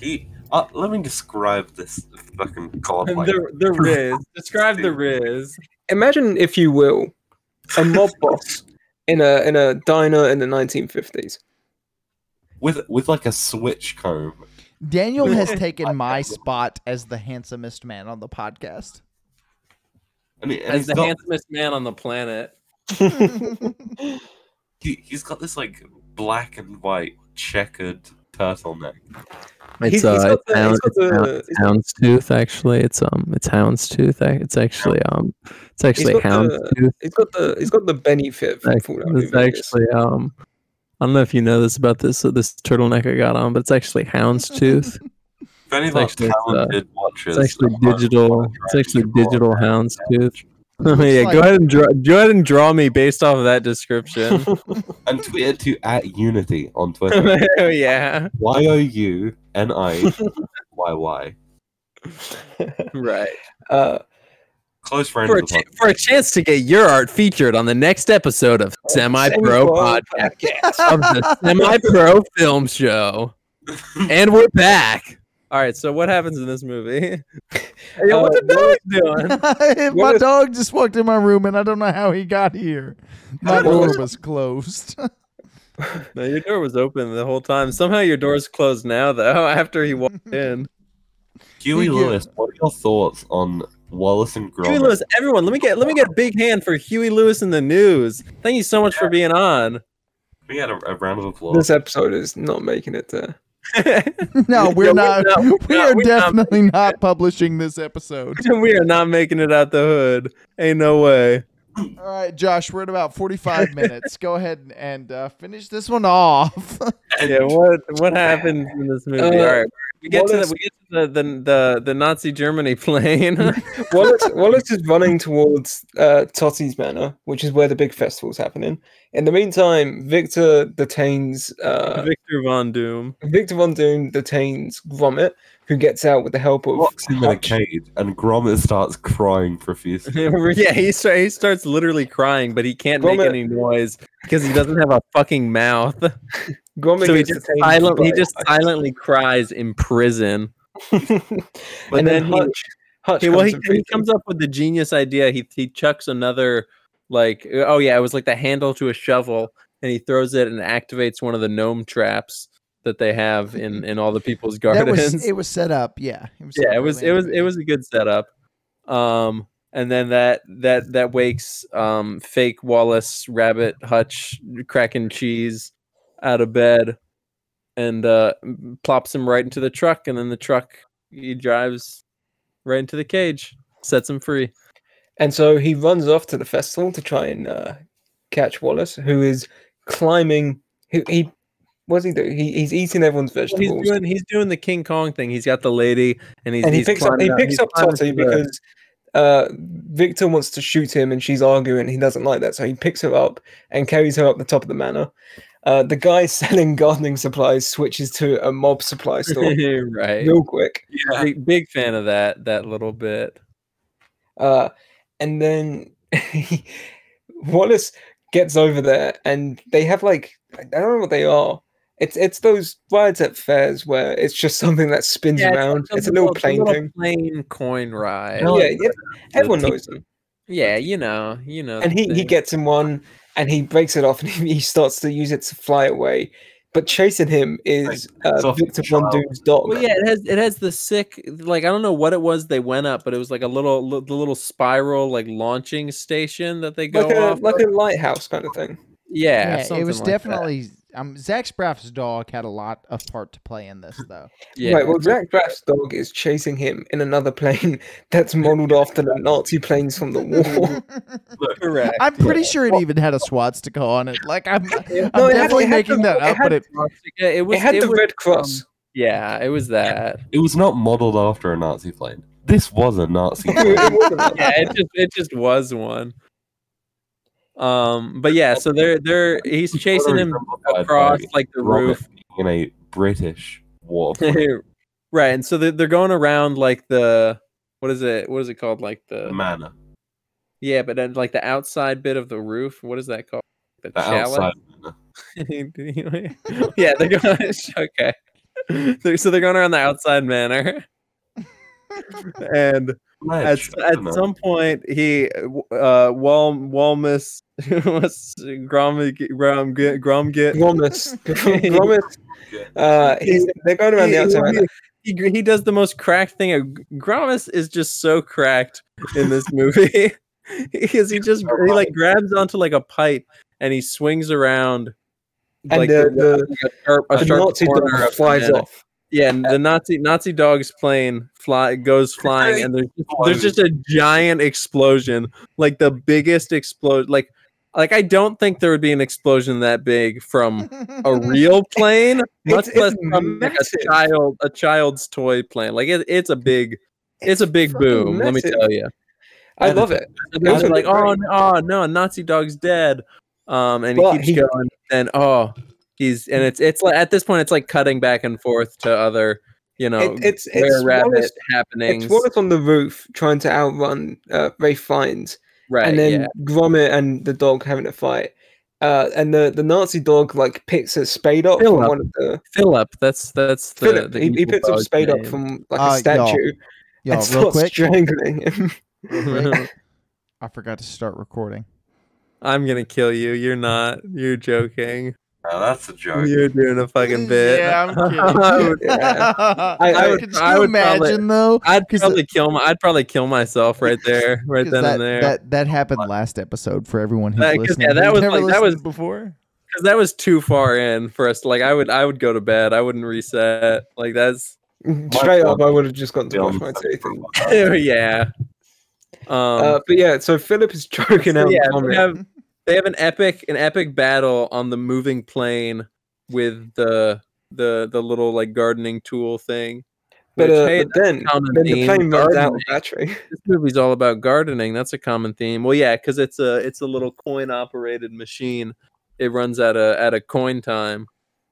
C: He, uh, let me describe this fucking godlike.
D: the, the Riz. Describe the Riz.
B: Imagine, if you will, a mob boss in a in a diner in the 1950s.
C: with with like a switch comb.
A: Daniel has taken my spot as the handsomest man on the podcast.
C: And, he, and
D: As
C: he's
D: the
C: got
D: handsomest man on the planet.
C: he, he's got this like black and white checkered turtleneck.
B: He's-
D: It's
B: he's
D: uh,
B: got
D: it's
B: the- he's
D: hound,
B: got
D: it's hound,
B: the-
D: it's houndstooth actually. It's um, it's houndstooth. ac- It's actually um, it's actually
B: got the-
D: houndstooth.
B: He's got the he's got the Benny fit from
D: Ac-
B: Fallout New
D: It's
B: Vegas.
D: actually um, I don't know if you know this about this uh, this turtleneck I got on, but it's actually houndstooth.
C: If any of
D: It's
C: our
D: actually, uh,
C: talented watchers,
D: it's actually
C: are-
D: digital. It's actually digital houndstooth. yeah,
A: like-
D: go ahead and draw. Go ahead and draw me based off of that description.
C: and Twitter to at Unity on Twitter.
D: oh yeah,
C: Y O U N I Y Y.
D: right.
B: Uh,
C: Close friends
D: For a,
C: of the
D: ch- for a chance to get your art featured on the next episode of Semi Pro
B: Semi-pro
D: Podcast. of the semi pro film show. And we're back. All right, so what happens in this movie? Hey,
B: Uh,
D: what's the dog doing?
A: my
B: What-
A: dog just walked in my room and I don't know how he got here. My
B: What
A: door
B: was-
A: was closed.
D: No, your door was open the whole time. Somehow your door's closed now, though, after he walked in.
A: Thank
C: Huey
A: you.
C: Lewis, what are your thoughts on Wallace and Gromit?
D: Huey Lewis, everyone, let me get let me get a big hand for Huey Lewis in the news. Thank you so much for being on.
C: We had a, a round of applause.
B: this episode is not making it there.
A: no, we're
D: we're
A: not.
D: not- we're
A: we
D: not-
A: are
D: we're not
A: definitely not publishing this episode.
D: we are not making it out the hood. Ain't no way.
A: All right, Josh, we're at about 45 minutes. Go ahead and uh, finish this one off.
D: Yeah, what what happened in this movie?
B: Uh,
D: All right, we get to the,
B: Wallace-
D: we get to the, the the the Nazi Germany plane.
B: Wallace, Wallace is running towards uh, Totti's Manor, which is where the big festival's happening. In the meantime, Victor detains uh,
D: Victor Von Doom.
B: Victor Von Doom detains Gromit, who gets out with the help of
C: Locks him in a
B: Hutch.
C: cage, and Gromit starts crying profusely.
D: yeah, he, start, he starts literally crying, but he can't
B: Gromit-
D: make any noise because he doesn't have a fucking mouth.
B: Gromit
D: so he
B: gets
D: just,
B: detained
D: silent, he
B: by-
D: just silently cries in prison.
B: and then,
D: then he-
B: Hutch, Hutch
D: Okay, well,
B: comes
D: he,
B: and
D: he
B: frees him.
D: comes up with the genius idea. He, he chucks another, like, oh, yeah, it was like the handle to a shovel, and he throws it and activates one of the gnome traps that they have in, in all the people's
A: that
D: gardens.
A: was it. Was set up. Yeah. It was set
D: yeah,
A: up
D: it was
A: really
D: it was it
A: innovative.
D: was a good setup. Um, and then that that that wakes um fake Wallace Rabbit Hutch Kraken Cheese out of bed, and uh m- plops him right into the truck, and then the truck he drives right into the cage, sets him free.
B: And so he runs off to the festival to try and uh, catch Wallace, who is climbing. Who he? What's he doing? He, he's eating everyone's
D: Well, he's
B: vegetables.
D: doing he's doing the King Kong thing. He's got the lady, and he's
B: and he
D: he's
B: picks up. He
D: climbing
B: picks
D: he's
B: up
D: climbing
B: Totty
D: through the-
B: because uh, Victor wants to shoot him, and she's arguing. He doesn't like that, so he picks her up and carries her up the top of the manor. Uh, the guy selling gardening supplies switches to a mob supply store
D: right.
B: real quick.
C: Yeah.
D: Big, big fan of that that little bit.
B: Uh, and then Wallace gets over there, and they have like I I don't know what they are. It's it's those rides at fairs where it's just something that spins
D: Yeah, it's
B: around. It's, a little plane thing.
D: plane coin ride.
C: No,
B: yeah,
C: it's
B: yeah, everyone
C: tick-
B: knows them.
D: Yeah, you know, you know.
B: And
D: the
B: he, he
D: thing.
B: gets in one, and he breaks it off, and he, he starts to use it to fly away. But chasing him is
C: it's
B: uh,
C: off the
B: Victor Von
C: child.
B: Doom's dog.
D: Well, yeah, it has it has the sick like I don't know what it was they went up, but it was like a little li- the little spiral like launching station that they go
B: like a
D: off.
B: like
D: of.
B: a lighthouse kind of thing.
D: yeah,
A: it was
D: something like that.
A: definitely. Um, Zach Braff's dog had a lot of part to play in this, though.
D: yeah.
B: Right, well, Jack Braff's dog is chasing him in another plane that's modeled after the Nazi planes from the war.
D: correct.
A: I'm pretty sure it even had a swastika on it. Like I'm, I'm
B: No, it had-
A: definitely
B: it had
A: making
B: the-
A: that
B: it
A: up,
B: had
A: but it,
D: It was
B: it had
D: it
B: the
D: was,
B: Red Cross.
D: Yeah, it was that.
C: It was not modeled after a Nazi plane. This was a Nazi plane.
B: It wasn't that.
D: yeah, it just it just was one. Um, but yeah, so they're they're he's chasing him across like the
C: Robert
D: roof
C: in a British war.
D: right and so they're, they're going around like the what is it what is it called like the
C: manner.
D: yeah but then like the outside bit of the roof what is that called the,
C: The outside manor.
D: outside yeah they're going okay They're- so they're going around the outside manor and at,
C: Ledge,
D: s-
C: I
D: at
C: don't know.
D: some point he uh, w- uh wal walmus what's Grom, Grom, Gromgit
B: Gromus. Gromus.
C: Yeah.
B: Uh, he's, they're going around the
D: He-
B: outside.
D: he-
B: right
D: he, gr- he does the most cracked thing. Uh, G- Gromus is just so cracked in this movie because he just gr- he like grabs onto like a pipe and he swings around
B: now. and
D: like
B: the,
D: there's a-
B: the,
D: like a sharp, a
B: the
D: sharp
B: Nazi
D: corner
B: dog
D: of
B: flies
D: banana.
B: off.
D: Yeah, and the Nazi Nazi dog's plane fly goes flying, and there's just, there's just a giant explosion, like the biggest explosion. Like, like I don't think there would be an explosion that big from a real plane, much
B: It's-
D: less
B: it's
D: from like,
B: massive.
D: a child a child's toy plane. Like it, it's a big, it's a big
B: fucking
D: boom. Let me
B: massive.
D: tell you.
B: I love it.
D: And they're
B: Those are
D: like,
B: the
D: oh
B: great-
D: no, oh, no, Nazi dog's dead. Um, and
B: But
D: he keeps
B: he-
D: going, and oh, he's and it's it's like at this point it's like cutting back and forth to other, you know,
B: It, it's
D: rare
B: it's
D: rabbit
B: Wallace,
D: happenings.
B: it's Wallace on the roof trying to outrun uh, Ray Fiennes,
D: right?
B: and then
D: yeah.
B: Gromit and the dog having a fight. Uh, and the, the Nazi dog like picks a spade up from
D: Philip.
B: one of the
D: Philip, that's that's the,
B: Philip.
D: the
B: he, he
D: evil
B: picks up
D: dog's
B: spade up
D: name.
B: from like
A: Uh,
B: a statue
A: Yo,
B: and
A: real
B: starts
A: quick,
B: strangling him.
A: real quick, I forgot to start recording.
D: I'm gonna kill you. You're not. You're joking.
C: Now that's a joke.
D: You're doing a fucking bit.
A: Yeah, I'm kidding.
D: I would-
B: Yeah.
A: I,
B: would-
A: could
D: I
A: still
D: would
A: imagine
D: probably-
A: though.
D: I'd
A: 'Cause
D: probably kill my. I'd probably kill myself right there, right
A: 'cause
D: then
A: that,
D: and there.
A: that that happened last episode for everyone who's
D: That- 'cause,
A: listening.
D: yeah, that
A: who's
D: was
A: never
D: like- that was-
A: listened before.
D: because that was too far in for us. Like I would, I would go to bed. I wouldn't reset. Like that's
B: Straight up, I would have just gone to
C: Yeah,
B: brush
C: I'm-
B: my teeth. and-
D: oh, yeah. Um,
B: Uh, but yeah, so Philip is choking
D: so
B: out
D: yeah, they
B: Gromit.
D: have they have an epic an epic battle on the moving plane with the the the little like gardening tool thing.
B: but,
D: which,
B: uh,
D: hey,
B: but then,
D: common
B: then the
D: theme,
B: plane runs out of
D: gardening.
B: battery.
D: this movie's all about gardening. That's a common theme. Well, yeah, because it's a it's a little coin operated machine. It runs at a at a coin time,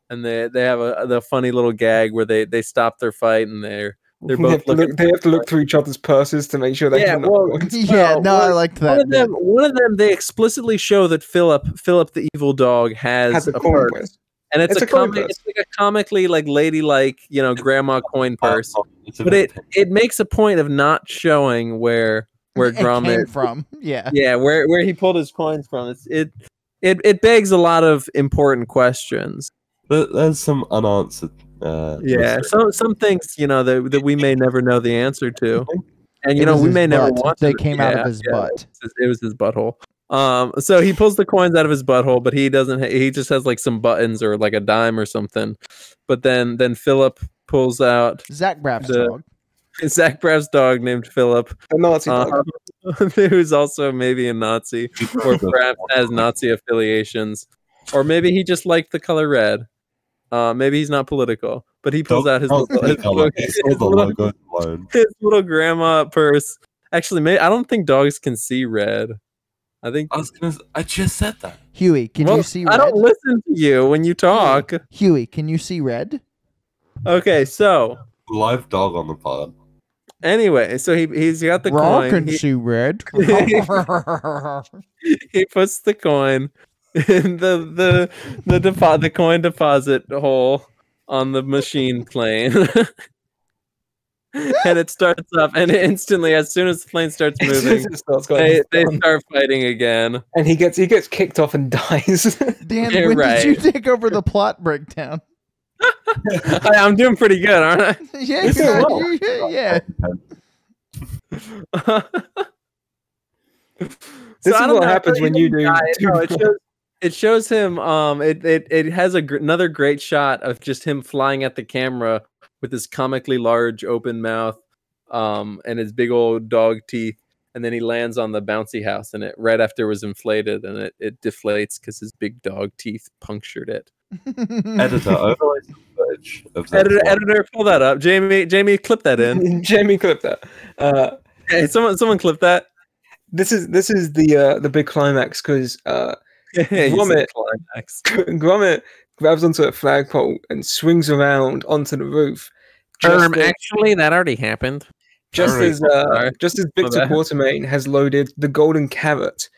D: and they they have a the funny little gag where they they stop their fight and they're They're
B: they,
D: both
B: have to
D: looking-
B: look, they have to look through each other's purses to make sure they
D: Yeah,
B: have enough
D: well,
B: coins.
A: Yeah,
D: Well,
A: no, I
D: one-
A: liked
D: one
A: that.
D: of them one of them they explicitly show that Philip Philip the evil dog has,
B: Had the
D: a
B: coin
D: purse,
B: purse.
D: and it's,
B: It's
D: a
B: a coin
D: comic
B: purse.
D: it's like a comically like ladylike you know grandma coin purse.
C: It's a
D: But
C: bit-
D: it it makes a point of not showing where where
A: It came
D: Gromit
A: from? Yeah,
D: yeah where where he pulled his coins from it's, it it it begs a lot of important questions
C: there- there's some unanswered. Uh,
D: yeah
C: mystery.
D: so some things you know that, that we may never know the answer to and you
A: It
D: know
A: was
D: we
A: his
D: may never
A: butt.
D: want
A: They
D: to-
A: came out
D: yeah,
A: of his
D: yeah,
A: butt.
D: it was his- it was his butthole um so he pulls the coins out of his butthole but he doesn't ha- he just has like some buttons or like a dime or something but then then philip pulls out
A: Zach Braff's
D: The-
A: dog.
D: zach braff's dog named philip
B: A Nazi dog.
D: um, who's also maybe a Nazi, or perhaps has Nazi affiliations, or maybe he just liked the color red. Uh, maybe he's not political, but he pulls out his
C: Don't
D: little,
C: take
D: his,
C: our
D: little,
C: logo. Oh, It's all
D: his
C: the logo
D: little-
C: alone.
D: his little grandma purse. Actually, may, I don't think dogs can see red. I think.
C: I was gonna. s- I just said that.
A: Huey, can
D: Well,
A: you see
D: I
A: red?
D: don't listen to you when you talk.
A: Huey, can you see red?
D: Okay, so
C: Live dog on the pod.
D: anyway, so he he's got the
A: Raw
D: coin.
A: can
D: He-
A: see red.
D: he puts the coin in the the the depo- the coin deposit hole on the machine plane. and it starts up and instantly as soon as the plane starts
B: As soon as
D: moving
B: it starts going,
D: they,
B: he's
D: they
B: done.
D: start fighting again
B: and he gets he gets kicked off and dies.
A: Dan,
D: You're
A: when
D: right.
A: did you take over the plot breakdown?
D: I, i'm doing pretty good aren't
A: yeah,
B: It's
A: you're
B: a
A: right, you- yeah, yeah.
D: i
B: This is
D: I don't
B: what
D: know,
B: happens
D: he
B: when you
D: doesn't
B: do
D: die,
B: two-
D: no, it, shows, it shows him um it it, it has a gr- another great shot of just him flying at the camera with his comically large open mouth um and his big old dog teeth and then he lands on the bouncy house and it right after it was inflated and it, it deflates because his big dog teeth punctured it
C: Editor overlays the footage of that.
D: editor,
C: plot.
D: editor pull that up jamie jamie clip that in
B: Jamie clip that. Uh,
D: hey someone someone clip that
B: this is this is the uh, the big climax because uh,
D: You said
B: Vomit.
D: climax.
B: Gromit grabs onto a flagpole and swings around onto the roof. Just
D: Um,
B: as-
D: actually that already happened
B: just
C: Sorry.
B: as uh,
D: Sorry.
B: just as Victor
D: bad.
B: Quatermain has loaded the golden carrot,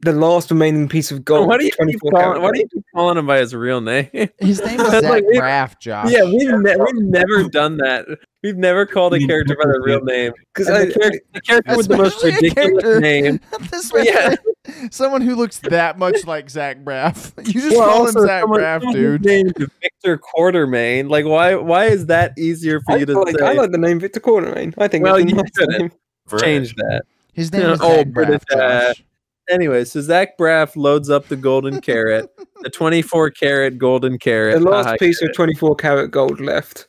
B: the last remaining piece of gold.
D: Why do you keep
B: 24
D: calling? Why
B: carat
D: do you keep calling him by his real name? yeah,
A: His name is
D: That's
A: Zach
D: like we-
A: Braff, Josh.
D: we've, ne- we've never done that. We've never called a character by their real name.
B: gold. 'Cause
D: And
B: I-
D: the character, the character with the most
A: Especially a
D: ridiculous
A: character-
D: name.
A: This
D: But yeah.
A: man- someone who looks that much like Zach Braff. You just
D: Well,
A: call him
D: also
A: Zach
D: someone-
A: Braff,
D: someone
A: dude.
D: Named Victor Quartermain. Like, why? Why is that easier for
B: I,
D: you to
B: like,
D: say?
B: I like the name Victor Quatermain. I think
D: Well,
B: it's a
D: you
B: nice
D: shouldn't.
B: name.
C: British.
D: Change that.
A: His name
D: Yeah,
A: is
D: oh,
A: Zach
B: uh,
D: British,
A: Braff, Josh.
D: anyway, so Zach Braff loads up the golden carrot, the 24 carat golden carrot.
B: The last
D: haha,
B: piece of 24 karat gold left.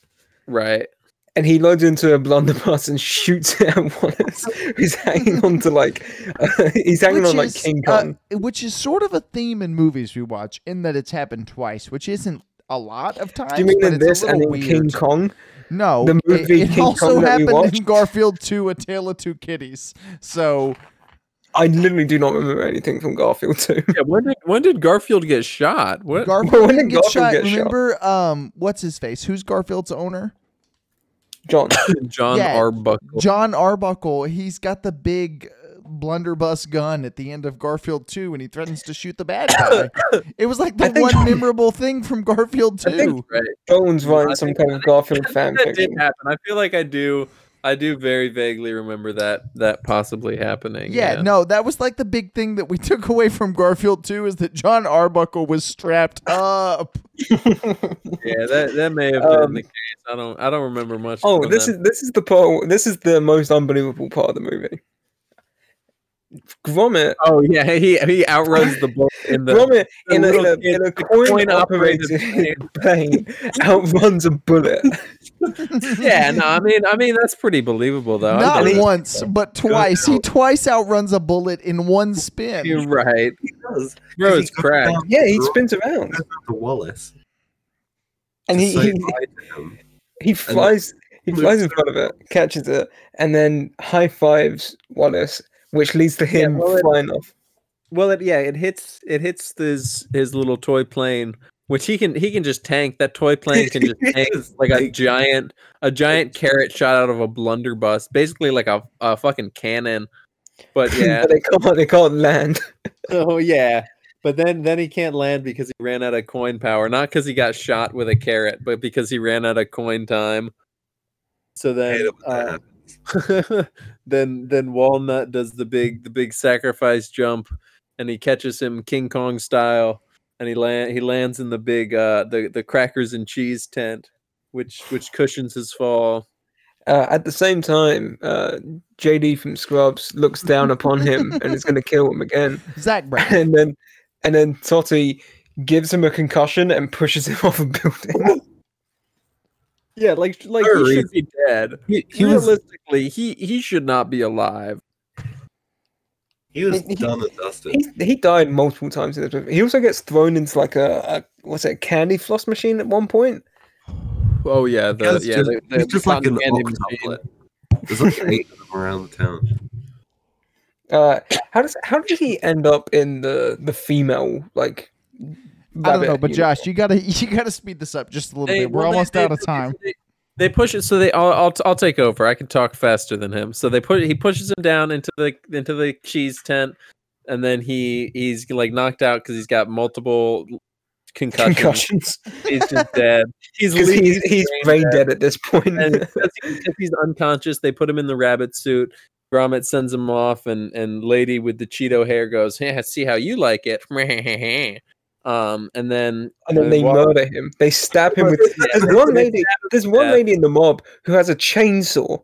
D: right.
B: And he loads into a blunderbuss and shoots it at Wallace, who's hanging on to like, uh, he's hanging on like
A: is,
B: King
A: uh,
B: Kong.
A: which is sort of a theme in movies we watch, in that it's happened twice, which isn't a lot of times.
B: Do you mean
A: but
B: in
A: it's a
B: this and
A: little
B: in King
A: weird.
B: Kong?
A: No,
B: the
A: it-
B: movie
A: it,
B: King
A: also
B: Kong that we
A: happened in
B: watched?
A: Garfield 2: A Tale of Two Kitties. So
B: I literally do not remember anything from Garfield 2.
D: Yeah, when did when did Garfield get shot? What?
A: Garfield
B: When
A: didn't
B: did
A: get
B: Garfield
A: shot.
B: get shot?
A: remember, um, what's his face? Who's Garfield's owner?
B: John,
D: John
A: Yeah,
D: Arbuckle.
A: John Arbuckle. He's got the big uh, blunderbuss gun at the end of Garfield 2 and he threatens to shoot the bad guy. it was like the
B: I think-
A: one memorable thing from Garfield 2.
B: I think-
D: Right.
B: Jones
D: Well,
B: writing
D: I
B: some
D: think-
B: kind of Garfield fan
D: That did
B: fiction.
D: happen. I feel like I do. I do very vaguely remember that that possibly happening.
A: yeah, no, that was like the big thing that we took away from Garfield 2 is that John Arbuckle was strapped up.
D: yeah, that, that may have been
B: Um,
D: the case. I don't I don't remember much.
B: Oh,
D: from
B: this
D: that.
B: is this is the part. This is the most unbelievable part of the movie. Gromit,
D: Oh yeah, he he outruns the bull in the
B: Gromit
D: the
B: in a, in a,
D: little
B: in a
D: coin operated.
B: coin-operated plane outruns a bullet.
D: yeah, no, I mean I mean that's pretty believable though. I
A: Not
D: don't-
A: once, but twice. He twice outruns a bullet in one
D: You're
A: spin.
D: right,
C: He does. 'cause
D: bro.
C: he
D: It's
C: got
D: cracked.
C: down
B: Yeah, he
C: to-
B: spins around
C: down to Wallace.
B: and
C: to
B: he,
C: say
B: he
C: hi to him.
B: he flies he flies in front of it, catches it, and then high fives Wallace, which leads to him
D: Wallace-
B: flying off.
D: Well, it yeah, it hits it hits his his little toy plane, which he can he can just tank. That toy plane can just tank
C: Yes,
D: like a
C: like-
D: giant a giant carrot shot out of a blunderbuss, basically like a, a fucking cannon. But yeah,
B: but they can't they can't land.
D: oh yeah. But then then he can't land because he ran out of coin power, not because he got shot with a carrot, but because he ran out of coin time. So
C: I hate
D: then
C: it when that
D: uh,
C: happens.
D: then then Walnut does the big the big sacrifice jump, and he catches him King Kong style, and he land he lands in the big uh the the crackers and cheese tent, which which cushions his fall.
B: Uh, at the same time, uh, JD from Scrubs looks down upon him and is going to kill him again.
A: Zach Braff.
B: And then, and then Totti gives him a concussion and pushes him off a building.
D: Yeah, like like
C: For a
D: he should be dead.
C: He, he was
D: Realistically, he he should not be alive.
C: he was
B: he-
C: done and dusted.
B: he, he died multiple times. in this movie. He also gets thrown into like a, a what's it, a candy floss machine at one point.
D: Oh yeah, the,
C: It's
D: yeah,
C: just,
D: the- the
C: he's just like
D: cotton
C: an
D: candy machine.
C: octopus. There's like eight of them around the town.
B: Uh, how does how did he end up in the the female like?
A: I don't
B: rabbit
A: know, but
B: uniform?
A: Josh, you gotta you gotta speed this up just a little
D: They-
A: bit. We're
D: well, they-
A: almost
D: they
A: out of
D: push it-
A: time.
D: They, they push it, so they. I'll, I'll I'll take over. I can talk faster than him. So they put he pushes him down into the into the cheese tent, and then he he's like knocked out because he's got multiple concussions.
B: concussions
D: He's just dead. He's
B: 'Cause
D: legally
B: he's, he's brain dead at this point.
D: and because he- because he's unconscious, they put him in the rabbit suit. Gromit sends him off, and and lady with the Cheeto hair goes, "Yeah, see how you like it." um, and then
B: and then
D: uh,
B: they
D: Wal-
B: murder him. They stab him with.
D: Yeah,
B: There's
D: they-
B: one
D: they
B: lady. There's one
D: death.
B: lady in the mob who has a chainsaw.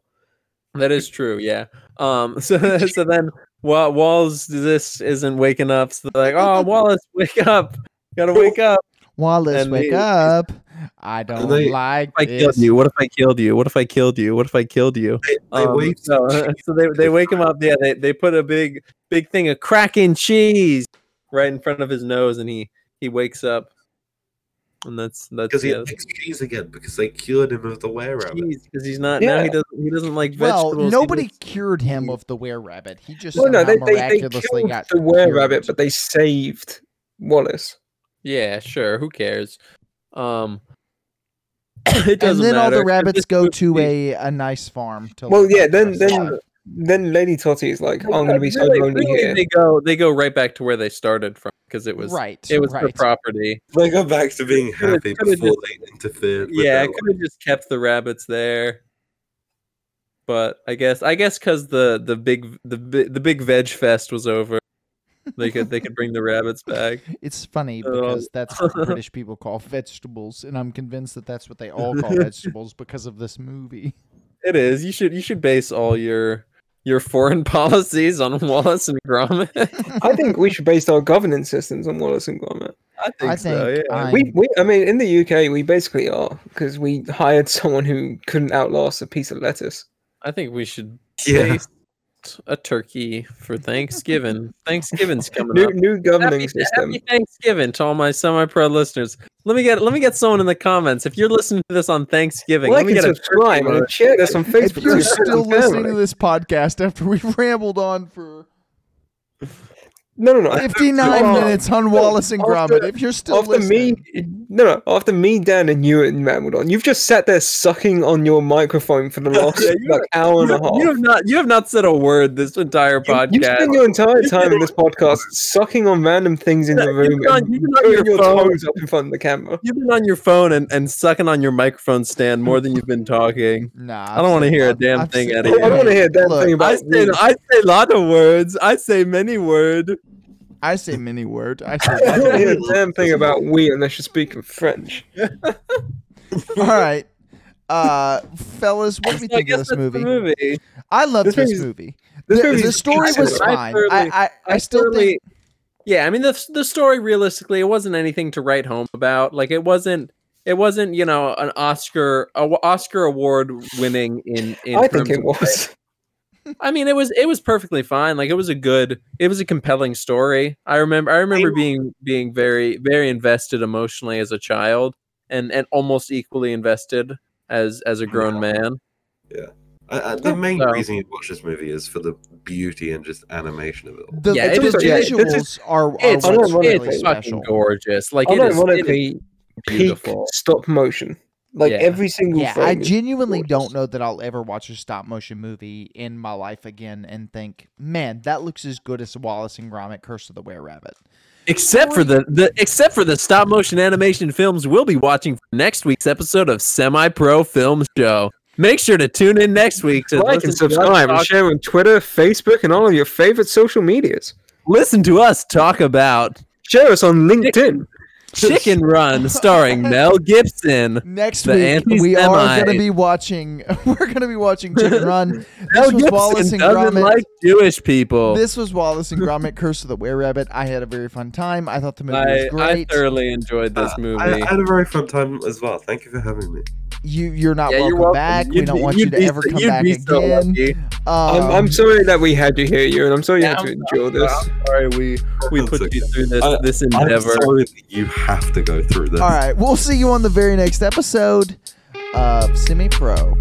D: That is true. Yeah. Um. So so then, while Walls this isn't waking up, so they're like, "Oh, Wallace, wake up! Gotta wake up!"
A: Wallace,
D: And
A: wake
D: they-
A: up. I don't
C: they-
A: like
D: I killed
A: this.
D: you. What if I killed you? What if I killed you? What if I killed you?
C: They, they
D: Um,
C: wait.
D: so, so they they wake him up. Yeah. They they put a big big thing of cracking cheese right in front of his nose, and he he wakes up. And that's that's
C: because he
D: yeah,
C: had six cheese again because they cured him of the were rabbit.
D: because he's not now
B: Yeah.
D: he doesn't he doesn't like
A: Well,
D: vegetables. he
A: nobody
D: just-
A: cured him of the were rabbit. He just
B: Well, no,
A: somehow
B: they, they, they
A: miraculously
B: killed
A: got
B: the were rabbit,
A: cured.
B: but they saved Wallace.
D: Yeah, sure. Who cares? Um, it doesn't
A: and then all
D: matter,
A: the
D: 'cause
A: rabbits
D: this
A: go
D: movie-
A: to a, a nice farm. To
B: Well,
A: live
B: yeah,
A: out the
B: then-
A: rest of
B: then-
A: their life.
B: Then Lady Totty is like, "I'm going to be so
D: Really-
B: lonely
D: really,
B: here."
D: They go, they go right back to where they started from because it was
A: right,
D: It was the
A: right.
D: property.
C: They go back to being
D: Could've-
C: happy
D: could've
C: before they interfered. With
D: yeah, I
C: their
D: could have just kept the rabbits there. But I guess I guess because the the big the bi- the big veg fest was over, they could they could bring the rabbits back.
A: It's funny
B: Uh,
D: Oh.
A: because that's what the British people call vegetables, and I'm convinced that that's what they all call vegetables because of this movie.
D: It is you should you should base all your your foreign policies on Wallace and Gromit?
B: I think we should base our governance systems on Wallace and Gromit.
D: I think,
A: I
D: so.
A: think
D: Yeah.
A: I'm-
B: We, we, I mean, in the UK, we basically are because we hired someone who couldn't outlast a piece of lettuce.
D: I think we should
C: Yeah.
D: taste a turkey for Thanksgiving. Thanksgiving's coming
B: New,
D: up.
B: new governing
D: Happy,
B: system.
D: happy Thanksgiving to all my semi-pro listeners. Let me get let me get someone in the comments. If you're listening to this on Thanksgiving,
B: like
D: let me
B: and
D: get a
B: subscribe and share this on
A: If
B: Facebook.
A: you're
B: with your
A: still
B: friends and
A: listening to
B: family.
A: this podcast after we've rambled on for
B: no, no, no.
A: 59
B: Oh,
A: minutes on Wallace and
B: after-
A: Gromit, if you're still
B: after
A: listening,
B: me, no, no. After me, Dan, and you and rambled on. You've just sat there sucking on your microphone for the last
D: Yeah, you-
B: like hour and
D: you,
B: a half.
D: you have not you have not said a word this entire podcast.
B: You spend your entire
C: You
B: time in
C: did-
B: this podcast sucking on random things in the
D: You've
B: room
D: done-
B: and
D: you've done
B: putting
D: your
B: your
D: phone.
B: toes up in front of the camera.
D: You've been on your phone and, and sucking on your microphone stand more than you've been talking.
A: nah,
D: I don't wanna hear a damn thing out of
B: I don't want to hear that
A: Look,
B: thing
D: I
B: about
D: say I say a lot of words. I say many word.
A: I say mini word. I
B: I don't want to
A: say
B: hear a damn thing about we unless you're speaking French.
A: All right. Uh, fellas, what do we
D: So I
A: think of
D: guess
A: this
D: that's the
A: movie? I love this,
B: This movie's-
A: movie.
B: This
A: The,
B: movie
A: the
B: is
A: story was
B: excellent.
D: I
A: fine. I,
D: thoroughly-
A: I, I still
D: thoroughly-
A: think
D: yeah i mean the, the story realistically it wasn't anything to write home about like it wasn't it wasn't you know an oscar a, w- oscar award winning in, in
B: I think
D: terms
B: it
D: of-
B: was.
D: i mean it was it was perfectly fine like it was a good it was a compelling story i remember i remember being being very very invested emotionally as a child and and almost equally invested as as a grown man
C: I, I, the main
D: So-
C: reason you watch this movie is for the beauty and just animation of it all.
A: the,
D: Yeah,
A: the
D: it is-
B: yeah,
A: visuals
B: this
A: are, are what's
D: it's,
B: ironically-
A: really
D: it's
A: special.
D: fucking gorgeous like it is, it is
B: Unironically, peak
D: beautiful
B: stop motion. Like
D: Yeah.
B: every single
A: Yeah, I
B: frame. is-
A: genuinely
B: gorgeous.
A: don't know that I'll ever watch a stop motion movie in my life again and think, man, that looks as good as Wallace and Gromit: Curse of the Were Rabbit.
D: Except for the, the except for the stop motion animation films we'll be watching for next week's episode of Semi Pro Film Show. Make sure to tune in next week to
B: like
D: listen,
B: and
D: to us
B: subscribe and
D: talk,
B: share on Twitter, Facebook, and all of your favorite social medias.
D: listen to us talk about
B: Share us on LinkedIn.
D: Chicken Run starring Mel Gibson.
A: Next
D: The
A: week we are going to
D: anti-Semite.
A: be watching. We're going to be watching Chicken Run.
D: Mel
A: This was Wallace
D: Gibson
A: and
D: doesn't
A: Gromit.
D: like Jewish people.
A: This was Wallace and Gromit: Curse of the Were Rabbit. I had a very fun time. I thought the movie was
D: I, I
A: great.
D: thoroughly enjoyed this
C: Uh,
D: movie.
C: I, I had a very fun time as well. Thank you for having me.
A: you you're not
D: Yeah,
A: welcome,
D: you're
A: back. we
D: You'd
A: don't
D: be-
A: want you
D: you'd
A: to
D: be
A: ever
D: so-
A: come
D: you'd
A: back
D: be so
A: again.
D: lucky.
A: Um,
B: I'm, I'm sorry that we had you here, you, and I'm sorry you had to
D: Yeah,
B: endure this.
D: I'm sorry we, we
C: That's
D: put you
C: okay.
D: through this
C: I-
D: this
C: I'm
D: endeavor.
C: sorry that you have to go through this.
A: All right, we'll see you on the very next episode of Semi Pro.